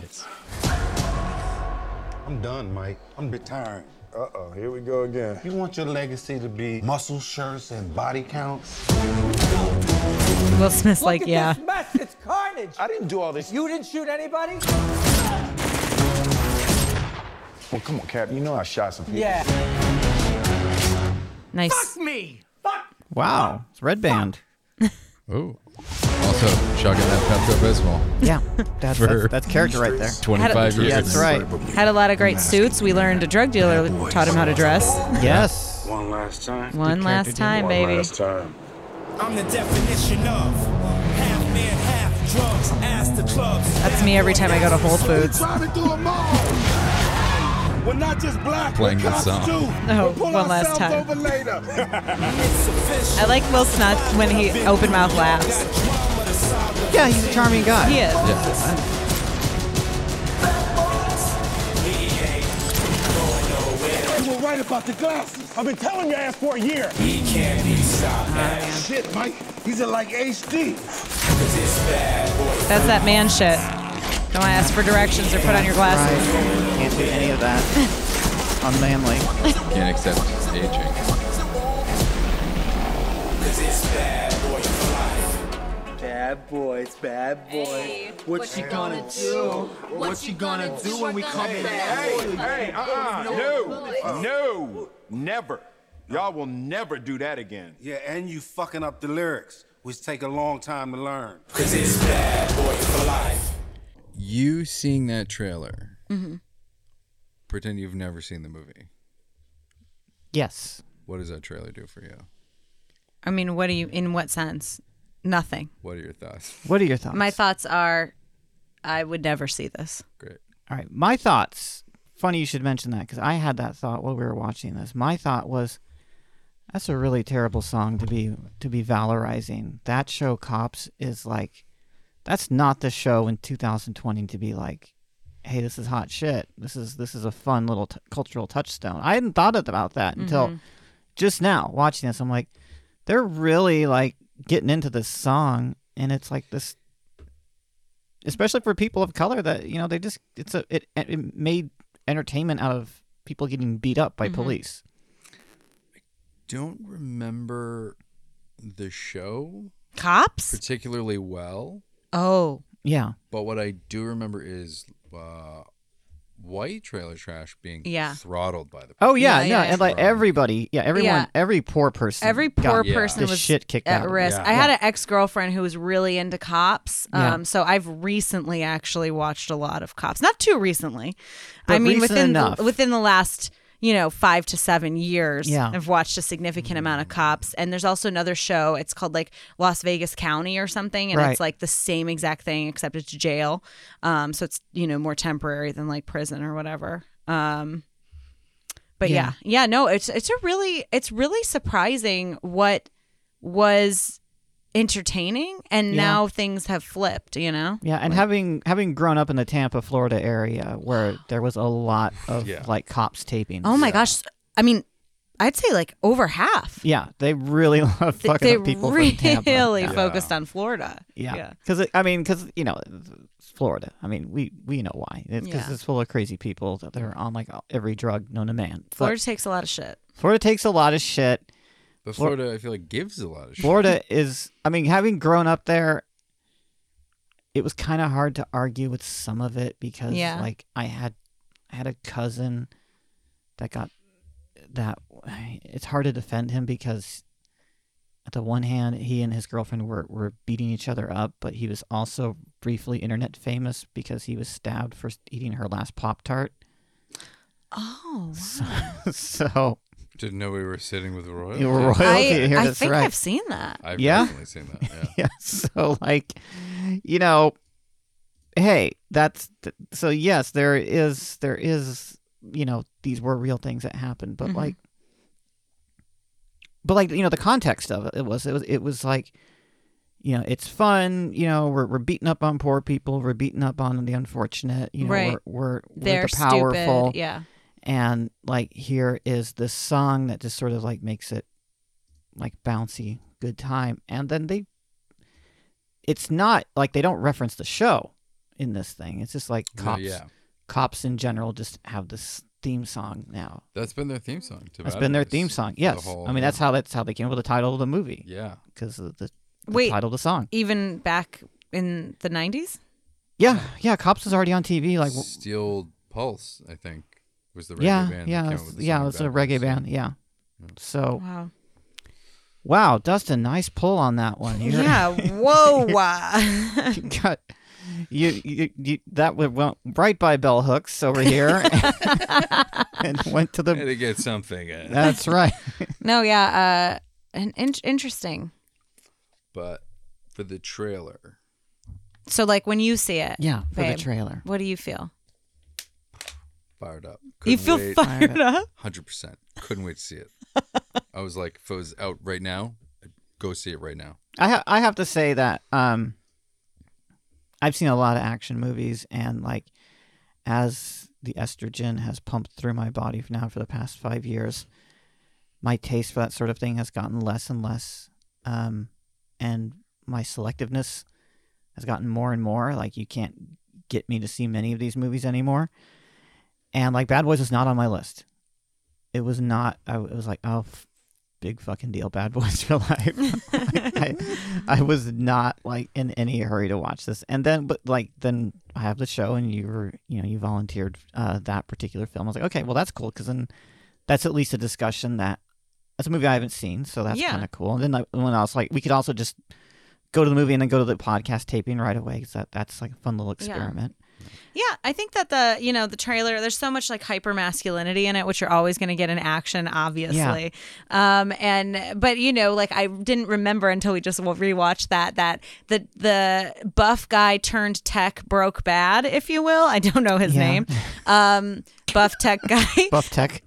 Speaker 7: I'm done, Mike. I'm retired. Uh-oh, here we go again. You want your legacy to be muscle shirts and body counts?
Speaker 5: Will Smith's like yeah.
Speaker 8: mess. It's carnage.
Speaker 7: I didn't do all this.
Speaker 8: You didn't shoot anybody?
Speaker 7: Well, come on, Cap. You know I shot some people.
Speaker 8: Yeah.
Speaker 5: Nice.
Speaker 8: Me.
Speaker 2: Wow. It's Red Band.
Speaker 6: Ooh. Also, chugging that Pepto Bismol.
Speaker 2: Yeah. That's, that's,
Speaker 6: For-
Speaker 2: that's character right there.
Speaker 6: 25 years.
Speaker 2: Yeah, that's right.
Speaker 5: Had a lot of great suits. We learned a drug dealer taught him how to dress.
Speaker 2: Yes.
Speaker 7: One last time.
Speaker 5: One last time, baby.
Speaker 7: time.
Speaker 9: I'm the definition of half man, half drugs, ass to clubs.
Speaker 5: That's me every time I go to Whole Foods.
Speaker 7: Trying to do them all. We're not just black.
Speaker 6: Playing
Speaker 7: we're
Speaker 6: this song.
Speaker 7: cops too.
Speaker 5: No,
Speaker 7: We'll pull
Speaker 5: Oh, one last
Speaker 7: ourselves
Speaker 5: time.
Speaker 7: Over later.
Speaker 5: I like Will Smith when he open mouth laughs.
Speaker 2: Yeah, he's a charming guy.
Speaker 5: He is.
Speaker 6: Yeah.
Speaker 7: You were right about the glasses. I've been telling your ass for a year. Shit, Mike. These are like HD.
Speaker 5: That's that man shit. Don't ask for directions or put on your
Speaker 2: Right.
Speaker 5: glasses.
Speaker 2: Can't do any of that. Unmanly.
Speaker 6: Can't accept his aging.
Speaker 8: Bad boys, bad boys. what, you gonna, do? What, you gonna, do when we come back?
Speaker 7: Hey, uh-uh. No. No. Never. Y'all will never do that again. Yeah, and you fucking up the lyrics, which take a long time to learn.
Speaker 6: You seeing that trailer,
Speaker 7: Mm-hmm.
Speaker 6: pretend you've never seen the movie.
Speaker 2: Yes.
Speaker 6: What does that trailer do for you?
Speaker 5: I mean, what do you? In what sense? Nothing.
Speaker 6: What are your thoughts?
Speaker 2: What are your thoughts?
Speaker 5: My thoughts are, I would never see this.
Speaker 6: Great.
Speaker 2: All right, my thoughts. Funny you should mention that because I had that thought while we were watching this. My thought was, That's a really terrible song to be to be valorizing. That show Cops is like that's not the show in 2020 to be like hey this is hot shit. This is this is a fun little t- cultural touchstone. I hadn't thought about that until just now watching this. I'm like they're really like getting into this song and it's like this especially for people of color that you know they just it's a it, it made entertainment out of people getting beat up
Speaker 5: Mm-hmm.
Speaker 2: by police.
Speaker 6: Don't remember the show
Speaker 5: Cops?
Speaker 6: particularly well,
Speaker 5: Oh,
Speaker 2: Yeah.
Speaker 6: but what I do remember is uh, white trailer trash being
Speaker 5: Yeah.
Speaker 6: throttled by the.
Speaker 2: Oh yeah,
Speaker 5: Yeah,
Speaker 2: yeah,
Speaker 5: yeah,
Speaker 2: and like
Speaker 6: yeah.
Speaker 2: everybody, yeah, everyone,
Speaker 5: Yeah.
Speaker 2: every poor person,
Speaker 5: every
Speaker 2: got
Speaker 5: poor
Speaker 6: Yeah.
Speaker 5: person
Speaker 2: the
Speaker 5: was
Speaker 2: shit kicked out
Speaker 5: at
Speaker 2: of them.
Speaker 5: risk.
Speaker 6: Yeah.
Speaker 5: I had an ex girlfriend who was really into cops.
Speaker 2: Yeah.
Speaker 5: Um, so I've recently actually watched a lot of cops. Not too recently. I
Speaker 2: But
Speaker 5: mean,
Speaker 2: recent
Speaker 5: within
Speaker 2: enough.
Speaker 5: The, within the last you know five to seven years,
Speaker 2: Yeah.
Speaker 5: I've watched a significant amount of cops. And there's also another show. It's called like Las Vegas County or something, and
Speaker 2: Right.
Speaker 5: it's like the same exact thing except it's jail. Um, so it's you know more temporary than like prison or whatever. Um, but yeah.
Speaker 2: Yeah.
Speaker 5: yeah, no, it's it's a really it's really surprising what was entertaining and
Speaker 2: Yeah.
Speaker 5: now things have flipped, you know?
Speaker 2: Yeah, and having having grown up in the Tampa, Florida area where there was a lot of
Speaker 6: Yeah.
Speaker 2: like cops taping.
Speaker 5: Oh my gosh. I mean, I'd say like over half.
Speaker 2: Yeah, they really love
Speaker 5: Th-
Speaker 2: fucking
Speaker 5: they
Speaker 2: up people
Speaker 5: really
Speaker 2: from Tampa. Yeah.
Speaker 5: focused on Florida.
Speaker 2: Yeah, because I mean, because you know, it's Florida. I mean, we we know why. It's because
Speaker 5: Yeah.
Speaker 2: it's full of crazy people that are on like every drug known to man. But
Speaker 5: Florida takes a lot of shit.
Speaker 2: Florida takes a lot of shit.
Speaker 6: But Florida, I feel like gives a lot of shit.
Speaker 2: Florida is. I mean, having grown up there, it was kind of hard to argue with some of it because,
Speaker 5: Yeah.
Speaker 2: like, I had I had a cousin that got that. It's hard to defend him because, at the one hand, he and his girlfriend were were beating each other up, but he was also briefly internet famous because he was stabbed for eating her last pop tart.
Speaker 5: Oh.
Speaker 2: So, so
Speaker 6: Didn't know we were sitting with royalty.
Speaker 2: royalty
Speaker 5: I,
Speaker 2: here.
Speaker 5: I
Speaker 2: that's
Speaker 5: think
Speaker 2: right.
Speaker 5: I've seen that.
Speaker 6: I've
Speaker 2: Yeah?
Speaker 6: definitely seen that. Yeah.
Speaker 2: yeah so like you know hey that's th- so yes there is there is you know these were real things that happened but
Speaker 5: Mhm.
Speaker 2: like but like you know the context of it, it was it was it was like you know it's fun you know we're, we're beating up on poor people we're beating up on the unfortunate you know
Speaker 5: Right.
Speaker 2: we're, we're, we're
Speaker 5: They're
Speaker 2: the powerful
Speaker 5: stupid. Yeah.
Speaker 2: and like here is this song that just sort of like makes it like bouncy good time and then they it's not like they don't reference the show in this thing it's just like
Speaker 6: No,
Speaker 2: cops
Speaker 6: yeah.
Speaker 2: cops in general just have this theme song now
Speaker 6: That's been their theme song. To
Speaker 2: that's been their
Speaker 6: Bad Boys.
Speaker 2: theme song
Speaker 6: The
Speaker 2: yes
Speaker 6: whole-
Speaker 2: i mean that's how that's how they came up with the title of the movie
Speaker 6: Yeah.
Speaker 2: because of the, the
Speaker 5: Wait,
Speaker 2: title of the song
Speaker 5: even back in the 90s?
Speaker 2: yeah yeah cops was already on tv like w-
Speaker 6: Steel Pulse, I think, was the reggae
Speaker 2: yeah
Speaker 6: band. that
Speaker 2: yeah
Speaker 6: came
Speaker 2: it's-
Speaker 6: up with the
Speaker 2: yeah
Speaker 6: song
Speaker 2: it's a
Speaker 6: Bad Boys.
Speaker 2: reggae band yeah so
Speaker 5: Wow.
Speaker 2: wow dustin nice pull on that one You're-
Speaker 5: Yeah. Whoa. wow.
Speaker 2: you got you, you, you that went- went right by bell hooks over here and went to
Speaker 6: Had
Speaker 2: the
Speaker 6: to get something in.
Speaker 2: that's right
Speaker 5: no, yeah. Uh, an in- interesting.
Speaker 6: But for the trailer,
Speaker 5: So, like, when you see it,
Speaker 2: yeah for
Speaker 5: Babe.
Speaker 2: the trailer
Speaker 5: what do you feel?
Speaker 6: fired up.
Speaker 5: you
Speaker 6: Couldn't
Speaker 5: feel
Speaker 6: wait.
Speaker 5: fired up?
Speaker 6: Hundred percent. Couldn't wait to see it. I was like, if it was out right now, I'd go see it right now.
Speaker 2: i ha- i have to say that um i've seen a lot of action movies and like as the estrogen has pumped through my body now for the past 5 years my taste for that sort of thing has gotten less and less um and my selectiveness has gotten more and more like you can't get me to see many of these movies anymore and like bad boys was not on my list it was not i w- it was like oh f- big fucking deal bad boys for life I, I was not like in any hurry to watch this and then but like then i have the show and you were you know you volunteered uh, that particular film i was like okay well that's cool because then that's at least a discussion that that's a movie i haven't seen so that's
Speaker 5: Yeah.
Speaker 2: kind of cool and then like, when i was like we could also just go to the movie and then go to the podcast taping right away because that, that's like a fun little experiment.
Speaker 5: Yeah, I think that the you know the trailer. There's so much like hyper masculinity in it, which you're always going to get in action, obviously. Um, and but you know, like I didn't remember until we just wa- rewatched that that the the buff guy turned tech broke bad, if you will. I don't know his
Speaker 2: Yeah.
Speaker 5: name. Um, buff tech guy.
Speaker 2: Buff Tech.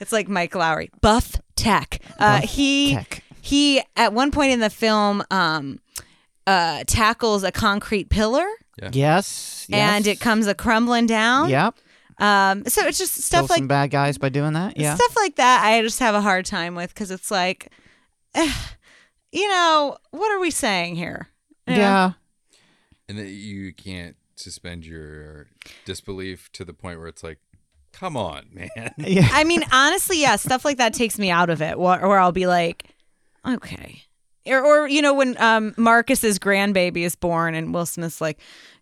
Speaker 5: it's like Mike Lowry. Buff Tech. Uh,
Speaker 2: Buff
Speaker 5: he
Speaker 2: Tech.
Speaker 5: he at one point in the film um, uh, tackles a concrete pillar,
Speaker 2: Yes.
Speaker 5: and it comes a crumbling down.
Speaker 2: Yep.
Speaker 5: Um, so it's just stuff
Speaker 2: Kill
Speaker 5: like
Speaker 2: some bad guys by doing that. Yeah.
Speaker 5: stuff like that i just have a hard time with because it's like eh, you know what are we saying here You know?
Speaker 2: yeah.
Speaker 6: And that you can't suspend your disbelief to the point where it's like, come on, man.
Speaker 2: Yeah.
Speaker 5: i mean honestly yeah stuff like that takes me out of it wh- where i'll be like okay or, or you know when um, marcus's grandbaby is born and will smith's like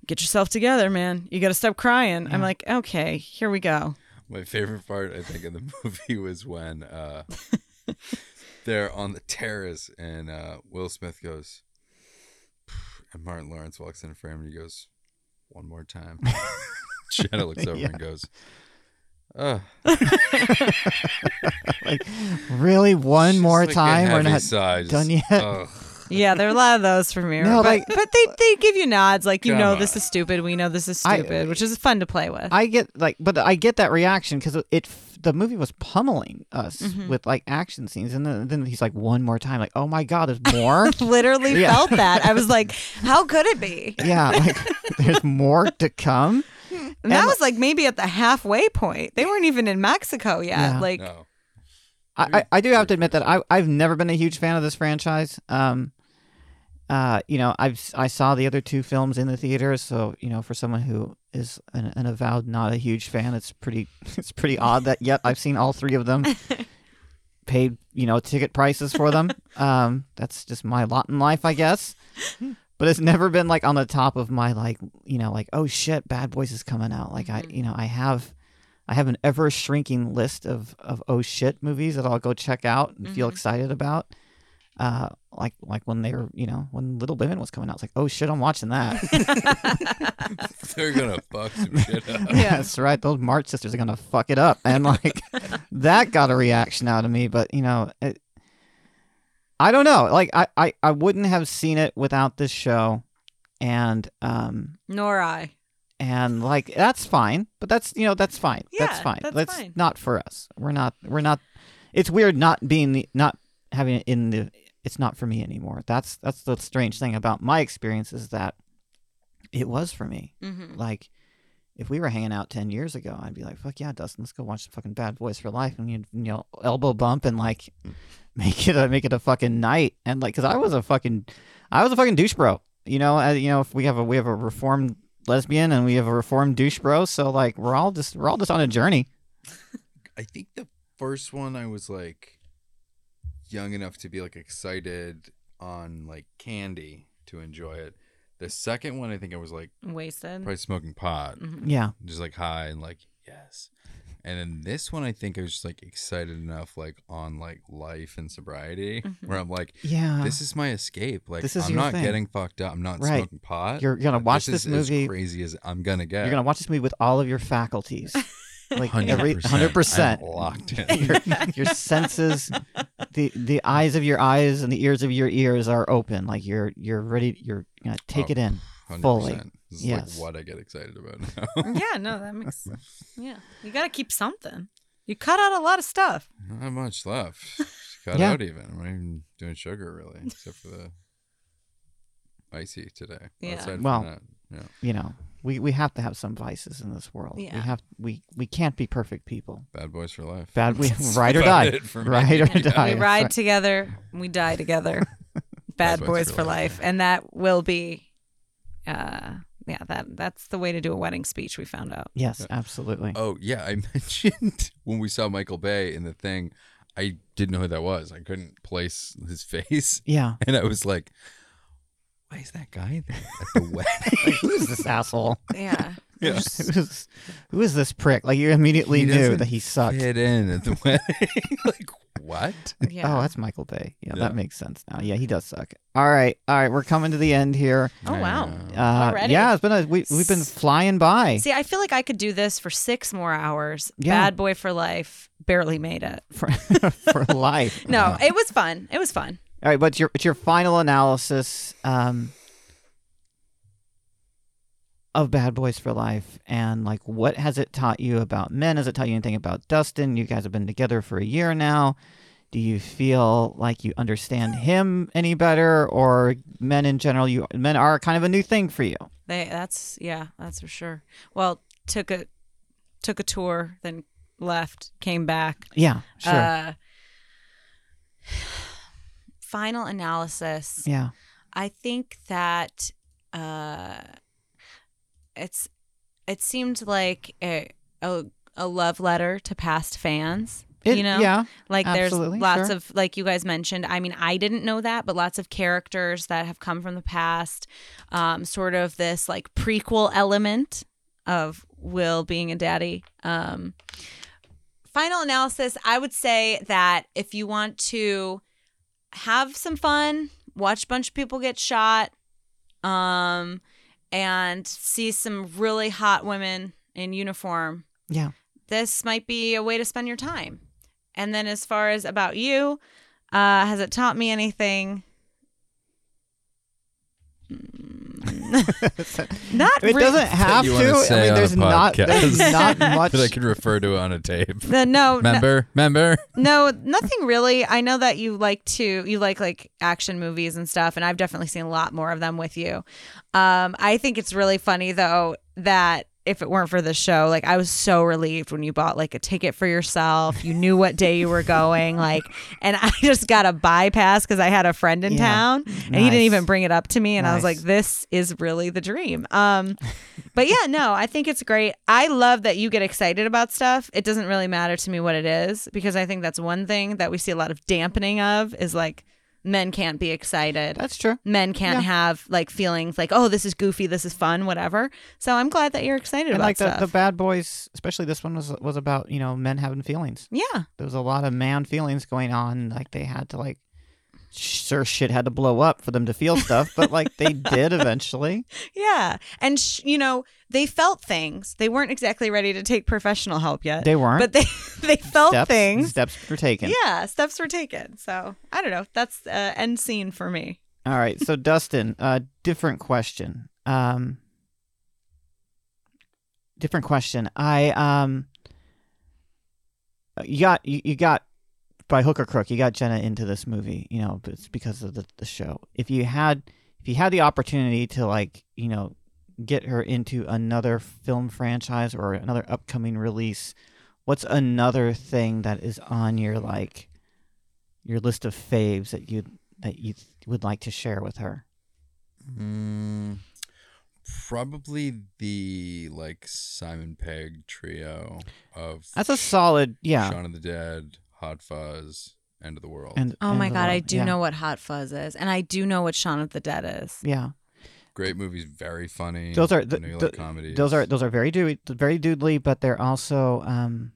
Speaker 5: get yourself together man you gotta stop crying i'm like okay here we go
Speaker 6: My favorite part, I think, in the movie was when uh, they're on the terrace and uh, Will Smith goes, and Martin Lawrence walks in frame and he goes, one more time. Jenna looks over and goes, Ugh.
Speaker 2: Like, really, one more
Speaker 6: Just like a
Speaker 2: time? We're
Speaker 6: heavy
Speaker 2: not
Speaker 6: sigh, just,
Speaker 2: done yet.
Speaker 6: "Ugh."
Speaker 5: yeah there are a lot of those from here
Speaker 2: No,
Speaker 5: but,
Speaker 2: like-
Speaker 5: but they, they give you nods like you
Speaker 6: Come
Speaker 5: know this
Speaker 6: on.
Speaker 5: is stupid we know this is
Speaker 2: I-
Speaker 5: stupid which is fun to play with
Speaker 2: I get like, but I get that reaction because it the movie was pummeling us
Speaker 5: Mm-hmm.
Speaker 2: with like action scenes, and then, then he's like one more time, like, oh my god, there's more.
Speaker 5: literally
Speaker 2: Yeah.
Speaker 5: felt that. I was like, how could it be?
Speaker 2: yeah, like there's more to come.
Speaker 5: And that was like maybe at the halfway point. They weren't even in Mexico yet.
Speaker 2: Yeah.
Speaker 5: Like,
Speaker 6: No.
Speaker 2: I, I, I do have to admit that I I've never been a huge fan of this franchise. Um, uh, you know, I've I saw the other two films in the theater, so you know, for someone who is an, an avowed not a huge fan, it's pretty it's pretty odd that yet I've seen all three of them. Paid you know ticket prices for them. Um, that's just my lot in life, I guess. But it's never been like on the top of my like you know like oh shit, Bad Boys is coming out. Like I you know I have I have an ever shrinking list of, of oh shit movies that I'll go check out and feel excited about. Uh, like like when they were you know when Little Women was coming out, it's like oh shit, I'm watching that.
Speaker 6: They're going to fuck some shit up.
Speaker 2: yeah, that's right. Those March sisters are gonna fuck it up, and like that got a reaction out of me. But you know, it, I don't know. Like I, I I wouldn't have seen it without this show, and um
Speaker 5: nor I.
Speaker 2: and like that's fine but that's you know that's fine that's
Speaker 5: Yeah,
Speaker 2: fine
Speaker 5: that's fine.
Speaker 2: not for us we're not we're not it's weird not being the not having it in the it's not for me anymore that's that's the strange thing about my experience is that it was for me
Speaker 5: Mm-hmm.
Speaker 2: like if we were hanging out 10 years ago i'd be like fuck yeah dustin let's go watch the fucking bad boys for life and you'd you know elbow bump and like make it a make it a fucking night and like because i was a fucking i was a fucking douche bro you know I, you know if we have a we have a reformed lesbian and we have a reformed douche bro so like we're all just we're all just on a journey
Speaker 6: I think the first one I was like young enough to be like excited on like candy to enjoy it. The second one I think I was like
Speaker 5: Wasted.
Speaker 6: probably smoking pot,
Speaker 2: yeah
Speaker 6: just like high and like yes. And then this one I think I was just like excited enough like on like life and sobriety where I'm like
Speaker 2: yeah
Speaker 6: this is my escape. Like
Speaker 2: This is
Speaker 6: I'm
Speaker 2: your
Speaker 6: not
Speaker 2: thing.
Speaker 6: getting fucked up. I'm not
Speaker 2: Right.
Speaker 6: smoking pot.
Speaker 2: You're gonna
Speaker 6: But
Speaker 2: watch
Speaker 6: this,
Speaker 2: this
Speaker 6: is
Speaker 2: movie-
Speaker 6: as crazy as I'm gonna get.
Speaker 2: you're gonna watch this movie with all of your faculties like
Speaker 6: 100%.
Speaker 2: every 100%
Speaker 6: I'm locked in.
Speaker 2: your, your senses the the eyes of your eyes and the ears of your ears are open like you're you're ready you're gonna take
Speaker 6: Oh,
Speaker 2: it in
Speaker 6: 100%.
Speaker 2: fully
Speaker 6: This is
Speaker 2: Yes.
Speaker 6: like what I get excited about now.
Speaker 5: Yeah, no, that makes Yeah. You got to keep something. You cut out a lot of stuff.
Speaker 6: Not much left. Got
Speaker 2: Yeah.
Speaker 6: out even. I'm not even doing sugar really, except for the icy today.
Speaker 5: Yeah.
Speaker 6: Outside from
Speaker 2: Well,
Speaker 6: that, yeah.
Speaker 2: you know we, we have to have some vices in this world we
Speaker 5: Yeah.
Speaker 2: have we we can't be perfect people
Speaker 6: Bad boys for life.
Speaker 2: bad we
Speaker 6: That's
Speaker 2: ride or
Speaker 6: about
Speaker 2: die
Speaker 6: it for me.
Speaker 2: ride or die
Speaker 5: we
Speaker 2: Oh, That's
Speaker 5: ride
Speaker 2: right.
Speaker 5: together, we die together. Bad
Speaker 6: That's
Speaker 5: boys for life. And that will be uh yeah, that that's the way to do a wedding speech we found out.
Speaker 2: yes absolutely
Speaker 6: Oh yeah, I mentioned when we saw Michael Bay in the thing, I didn't know who that was. I couldn't place his face,
Speaker 2: yeah
Speaker 6: and I was like, "Why is that guy there at the wedding?"
Speaker 2: who's this asshole
Speaker 5: Yeah.
Speaker 6: yeah.
Speaker 2: who's, who is this prick like you immediately
Speaker 6: He
Speaker 2: knew
Speaker 6: doesn't
Speaker 2: that he sucked
Speaker 6: Fit in at the wedding? like what?
Speaker 5: Yeah.
Speaker 2: Oh, that's Michael Bay. Yeah,
Speaker 6: Yeah.
Speaker 2: that makes sense now. Yeah, he does suck. All right, all right, we're coming to the end here.
Speaker 5: Oh, wow.
Speaker 2: Uh,
Speaker 5: Already?
Speaker 2: Yeah, it's been a, we we've been flying by.
Speaker 5: See, I feel like I could do this for six more hours.
Speaker 2: Yeah.
Speaker 5: Bad boy for life. Barely made it.
Speaker 2: for, for life.
Speaker 5: No, it was fun. It was fun.
Speaker 2: All right, what's your what's your final analysis um, of Bad Boys for Life, and like what has it taught you about men? Has it taught you anything about Dustin? You guys have been together for a year now. do you feel like you understand him any better or men in general you men are kind of a new thing for you
Speaker 5: They that's yeah, that's for sure. Well, took a took a tour, then left, came back.
Speaker 2: Yeah, sure.
Speaker 5: Uh, final analysis.
Speaker 2: yeah
Speaker 5: I think that uh, it's it seemed like a, a a love letter to past fans.
Speaker 2: It-
Speaker 5: you know,
Speaker 2: yeah,
Speaker 5: like there's
Speaker 2: absolutely,
Speaker 5: lots
Speaker 2: sure.
Speaker 5: of like you guys mentioned. I mean, I didn't know that, but lots of characters that have come from the past, um, sort of this like prequel element of Will being a daddy. Um, final analysis, I would say that if you want to have some fun, watch a bunch of people get shot, um, and see some really hot women in uniform,
Speaker 2: yeah
Speaker 5: this might be a way to spend your time. And then, as far as about you, uh, has it taught me anything? Hmm. Not
Speaker 2: it
Speaker 5: re-
Speaker 2: doesn't have
Speaker 6: you
Speaker 2: to
Speaker 6: wanna
Speaker 2: i
Speaker 6: say
Speaker 2: mean
Speaker 6: on a
Speaker 2: there's not there's not
Speaker 6: podcast.
Speaker 2: much
Speaker 6: that I can refer to on a tape.
Speaker 5: The- no, no,
Speaker 6: Member, member.
Speaker 5: No, nothing really. I know that you like to you like like action movies and stuff, and I've definitely seen a lot more of them with you. Um, I think it's really funny though that if it weren't for the show, like I was so relieved when you bought like a ticket for yourself. You knew what day you were going, like, and I just got a bypass because I had a friend in
Speaker 2: Yeah.
Speaker 5: town, and he didn't
Speaker 2: Nice.
Speaker 5: even bring it up to me, and I was
Speaker 2: Nice.
Speaker 5: like, this is really the dream. Um, but yeah, no, I think it's great. I love that you get excited about stuff. It doesn't really matter to me what it is because I think that's one thing that we see a lot of dampening of is like men can't be excited.
Speaker 2: that's true
Speaker 5: men can't
Speaker 2: Yeah.
Speaker 5: have like feelings like, oh, this is goofy, this is fun, whatever. So I'm glad that you're excited
Speaker 2: and
Speaker 5: about
Speaker 2: like the,
Speaker 5: stuff.
Speaker 2: the bad boys especially this one was was about you know men having feelings
Speaker 5: yeah.
Speaker 2: there was a lot of man feelings going on like they had to like sure shit had to blow up for them to feel stuff but like they did eventually
Speaker 5: Yeah. And, sh- you know, they felt things. They weren't exactly ready to take professional help yet.
Speaker 2: They weren't.
Speaker 5: But they, they felt
Speaker 2: steps
Speaker 5: things.
Speaker 2: steps were taken
Speaker 5: Yeah. Steps were taken. So I don't know. That's uh, end scene for me.
Speaker 2: All right. So Dustin, uh different question. Um different question. I um you got you, you got by hook or crook, you got Jenna into this movie, you know, but it's because of the, the show. If you had if you had the opportunity to like, you know, get her into another film franchise or another upcoming release, what's another thing that is on your like your list of faves that you that you th- would like to share with her?
Speaker 6: Mm, probably the like Simon Pegg trio of
Speaker 2: That's a solid, yeah.
Speaker 6: Shaun of the Dead, Hot Fuzz, End of the World.
Speaker 2: And
Speaker 5: Oh
Speaker 2: and
Speaker 5: my
Speaker 2: the
Speaker 5: god, I
Speaker 2: love.
Speaker 5: do
Speaker 2: Yeah.
Speaker 5: know what Hot Fuzz is, and I do know what Shaun of the Dead is.
Speaker 2: Yeah,
Speaker 6: Great movies, very funny.
Speaker 2: those are
Speaker 6: I
Speaker 2: the,
Speaker 6: know you like comedies.
Speaker 2: those are those are very dude, very doodly, but they're also um,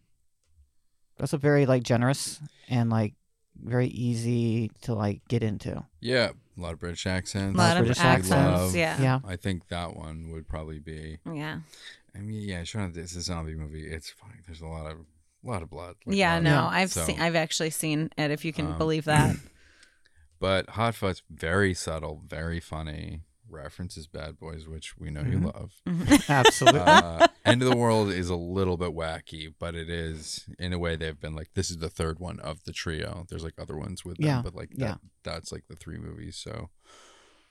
Speaker 2: also very like generous and like very easy to like get into.
Speaker 6: yeah, a lot of British accents.
Speaker 5: A lot
Speaker 2: That's
Speaker 5: of
Speaker 2: British
Speaker 5: accents.
Speaker 2: accents,
Speaker 5: Yeah.
Speaker 2: yeah.
Speaker 6: I think that one would probably be.
Speaker 5: Yeah.
Speaker 6: I mean, yeah, Shaun of the It's a zombie movie. It's fine. There's a lot of lot of blood. like,
Speaker 5: yeah,
Speaker 6: lot of-
Speaker 5: no,
Speaker 2: Yeah.
Speaker 5: I've
Speaker 6: So-
Speaker 5: seen I've actually seen it if you can
Speaker 6: Um,
Speaker 5: believe that.
Speaker 6: But Hot Fuzz, very subtle, very funny. References Bad Boys, which we know
Speaker 2: Mm-hmm.
Speaker 6: you love.
Speaker 2: Absolutely.
Speaker 6: Uh, End of the World is a little bit wacky, but it is in a way they've been like this is the third one of the trio. There's like other ones with them,
Speaker 2: Yeah,
Speaker 6: but like that,
Speaker 2: yeah.
Speaker 6: that's like the three movies. So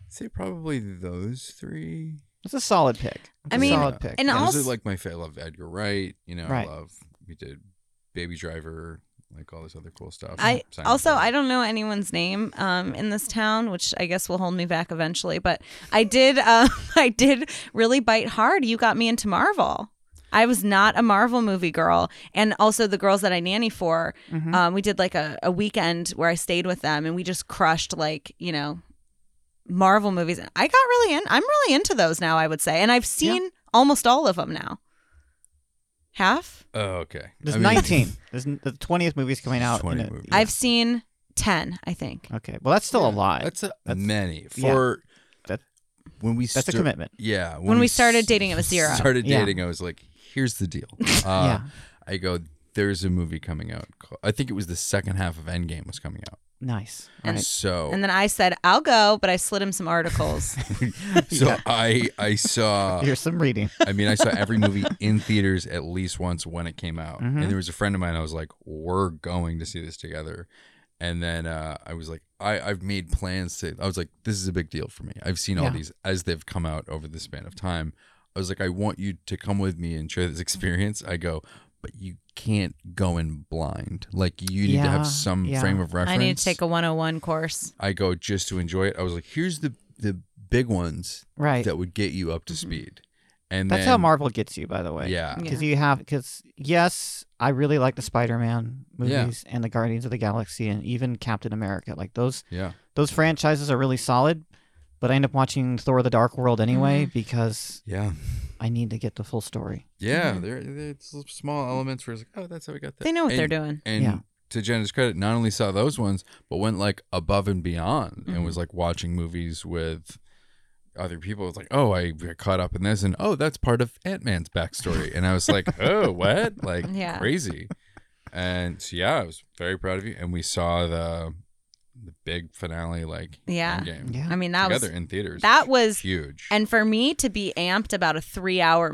Speaker 6: I'd say probably those three.
Speaker 2: It's a solid pick. It's
Speaker 5: I
Speaker 2: a
Speaker 5: mean,
Speaker 2: solid pick.
Speaker 5: and
Speaker 6: Yeah,
Speaker 5: also
Speaker 6: those are like my favorite. I love Edgar Wright. You know,
Speaker 2: Right.
Speaker 6: I love we did Baby Driver, like all this other cool stuff.
Speaker 5: I
Speaker 6: Simon
Speaker 5: also
Speaker 6: Pegg.
Speaker 5: I don't know anyone's name um, in this town, which I guess will hold me back eventually. But I did um, I did really bite hard. You got me into Marvel. I was not a Marvel movie girl, and also the girls that I nanny for. Um, we did like a, a weekend where I stayed with them, and we just crushed like you know Marvel movies. I got really in. I'm really into those now. I would say, and I've seen almost all of them now. Half.
Speaker 6: Oh, okay.
Speaker 2: There's
Speaker 6: I mean-
Speaker 2: 19. There's n- the 20th movie's coming out. in
Speaker 6: 20
Speaker 2: a-
Speaker 6: movies.
Speaker 5: I've seen ten. I think.
Speaker 2: Okay. Well, that's still a lot.
Speaker 6: That's a
Speaker 2: That's-
Speaker 6: many
Speaker 2: yeah.
Speaker 6: for
Speaker 2: That-
Speaker 6: when we
Speaker 2: That's a
Speaker 6: stu-
Speaker 2: commitment.
Speaker 6: Yeah,
Speaker 5: When we
Speaker 6: s-
Speaker 5: started dating, it was zero.
Speaker 6: Started
Speaker 2: Yeah.
Speaker 6: dating, I was like, "Here's the deal." Uh,
Speaker 2: Yeah.
Speaker 6: I go, "There's a movie coming out. ca- I think it was the second half of Endgame was coming out."
Speaker 2: nice.
Speaker 5: And-
Speaker 2: Right.
Speaker 6: So,
Speaker 5: And then I said, I'll go, but I slid him some articles.
Speaker 6: so I I saw.
Speaker 2: Here's some reading.
Speaker 6: I mean, I saw every movie in theaters
Speaker 2: Mm-hmm.
Speaker 6: at least once when it came out. And there was a friend of mine. I was like, "We're going to see this together." and then uh, I was like, I, I've made plans to. I was like, this is a big deal for me. I've seen all
Speaker 2: Yeah.
Speaker 6: these as they've come out over the span of time. I was like, I want you to come with me and share this experience. I go, but you can't go in blind. Like you need to
Speaker 2: Yeah,
Speaker 6: have some
Speaker 2: yeah.
Speaker 6: frame of reference.
Speaker 5: I need to take a 101 course.
Speaker 6: I go just to enjoy it. I was like, here's the the big ones
Speaker 2: Right. Mm-hmm.
Speaker 6: that would get you up to speed. And
Speaker 2: That's
Speaker 6: then,
Speaker 2: how Marvel gets you, by the way.
Speaker 6: Yeah.
Speaker 2: Because you have, because yes, I really like the Spider Man
Speaker 6: Yeah.
Speaker 2: movies and the Guardians of the Galaxy and even Captain America. Like those,
Speaker 6: Yeah.
Speaker 2: those franchises are really solid, but I end up watching Thor the Dark World anyway
Speaker 6: Mm-hmm.
Speaker 2: because
Speaker 6: Yeah.
Speaker 2: I need to get the full story.
Speaker 6: Yeah, there there's small elements where it's like, oh, that's how we got that.
Speaker 5: They know what they're
Speaker 6: And-
Speaker 5: doing.
Speaker 6: And
Speaker 2: Yeah.
Speaker 6: to Jenna's credit, not only saw those ones, but went like above and beyond and was like watching movies with other people. It's like, oh, I got caught up in this, and oh, that's part of Ant Man's backstory. And I was like, oh, what? Like
Speaker 5: Yeah.
Speaker 6: crazy. And so, yeah, I was very proud of you. And we saw the the big finale, like
Speaker 5: Yeah.
Speaker 6: game
Speaker 2: Yeah.
Speaker 5: I mean, that
Speaker 6: together
Speaker 5: was
Speaker 6: in theaters.
Speaker 5: that was
Speaker 6: huge.
Speaker 5: and for me to be amped about a 3-hour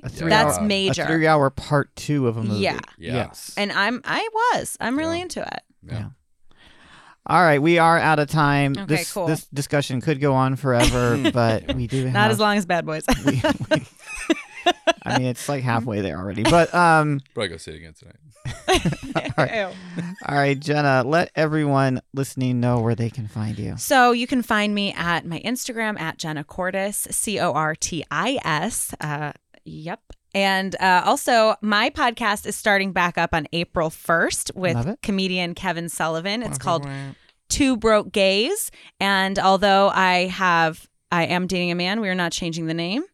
Speaker 2: A
Speaker 5: that's
Speaker 2: three-hour-
Speaker 5: major.
Speaker 2: A three hour part two of a movie.
Speaker 5: Yeah.
Speaker 6: Yeah.
Speaker 2: Yes.
Speaker 5: and I'm I was. I'm really into it.
Speaker 2: All right, we are out of time.
Speaker 5: Okay,
Speaker 2: this
Speaker 5: cool.
Speaker 2: this discussion could go on forever, but we do have
Speaker 5: Not as long as Bad Boys.
Speaker 2: we- we- I mean, it's like halfway there already. But um,
Speaker 6: probably go see it again tonight.
Speaker 5: Ew.
Speaker 2: all right, Jenna, let everyone listening know where they can find you.
Speaker 5: So you can find me at my Instagram at Jenna Cortis, C O R T I S. Uh, yep. And uh, also, my podcast is starting back up on April 1st
Speaker 2: Love
Speaker 5: with
Speaker 2: it.
Speaker 5: comedian Kevin Sullivan. It's called Two Broke Gays. And although I have, I am dating a man, we are not changing the name.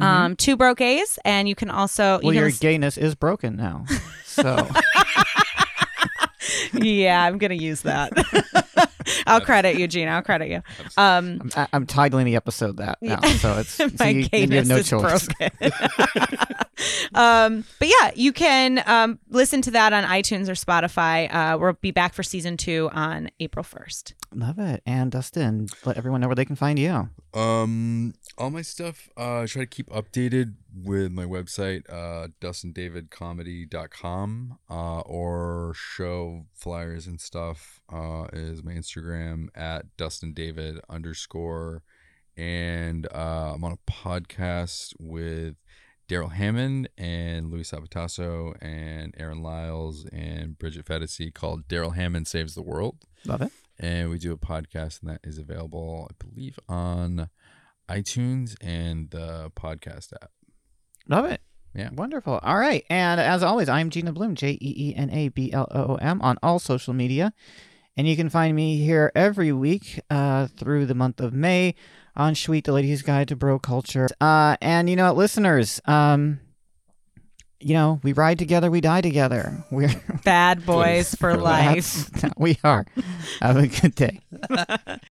Speaker 5: Um, Two Broke Gays. And you can also,
Speaker 2: Mm-hmm.
Speaker 5: you
Speaker 2: Well,
Speaker 5: can
Speaker 2: your
Speaker 5: lis-
Speaker 2: gayness is broken now, so
Speaker 5: yeah, I'm going to use that. I'll credit you, Gina. I'll credit you. Um,
Speaker 2: I'm, I- I'm titling the episode that now. So it's so
Speaker 5: my
Speaker 2: you, you have
Speaker 5: gayness
Speaker 2: no
Speaker 5: is
Speaker 2: choice.
Speaker 5: broken. um, but yeah, you can um, listen to that on iTunes or Spotify. Uh, we'll be back for season two on April first.
Speaker 2: Love it. And Dustin, let everyone know where they can find you.
Speaker 6: Um, all my stuff. Uh, I try to keep updated with my website, uh, dustindavidcomedy.com, uh, or show flyers and stuff. Uh, is my Instagram at dustindavid underscore, and uh, I'm on a podcast with Daryl Hammond and Louis Sabatasso and Aaron Lyles and Bridget Fetisi called Daryl Hammond Saves the World
Speaker 2: Love it.
Speaker 6: and we do a podcast and that is available i believe on itunes and the podcast app
Speaker 2: Love it.
Speaker 6: Yeah.
Speaker 2: Wonderful. All right. And as always, I'm Gina Bloom, J E E N A B L O O M, on all social media. And you can find me here every week uh, through the month of May on Sweet, the Ladies Guide to Bro Culture. Uh, and, you know, what, listeners, um, you know, we ride together, we die together. We're
Speaker 5: Bad boys for life.
Speaker 2: that's- we are. Have a good day.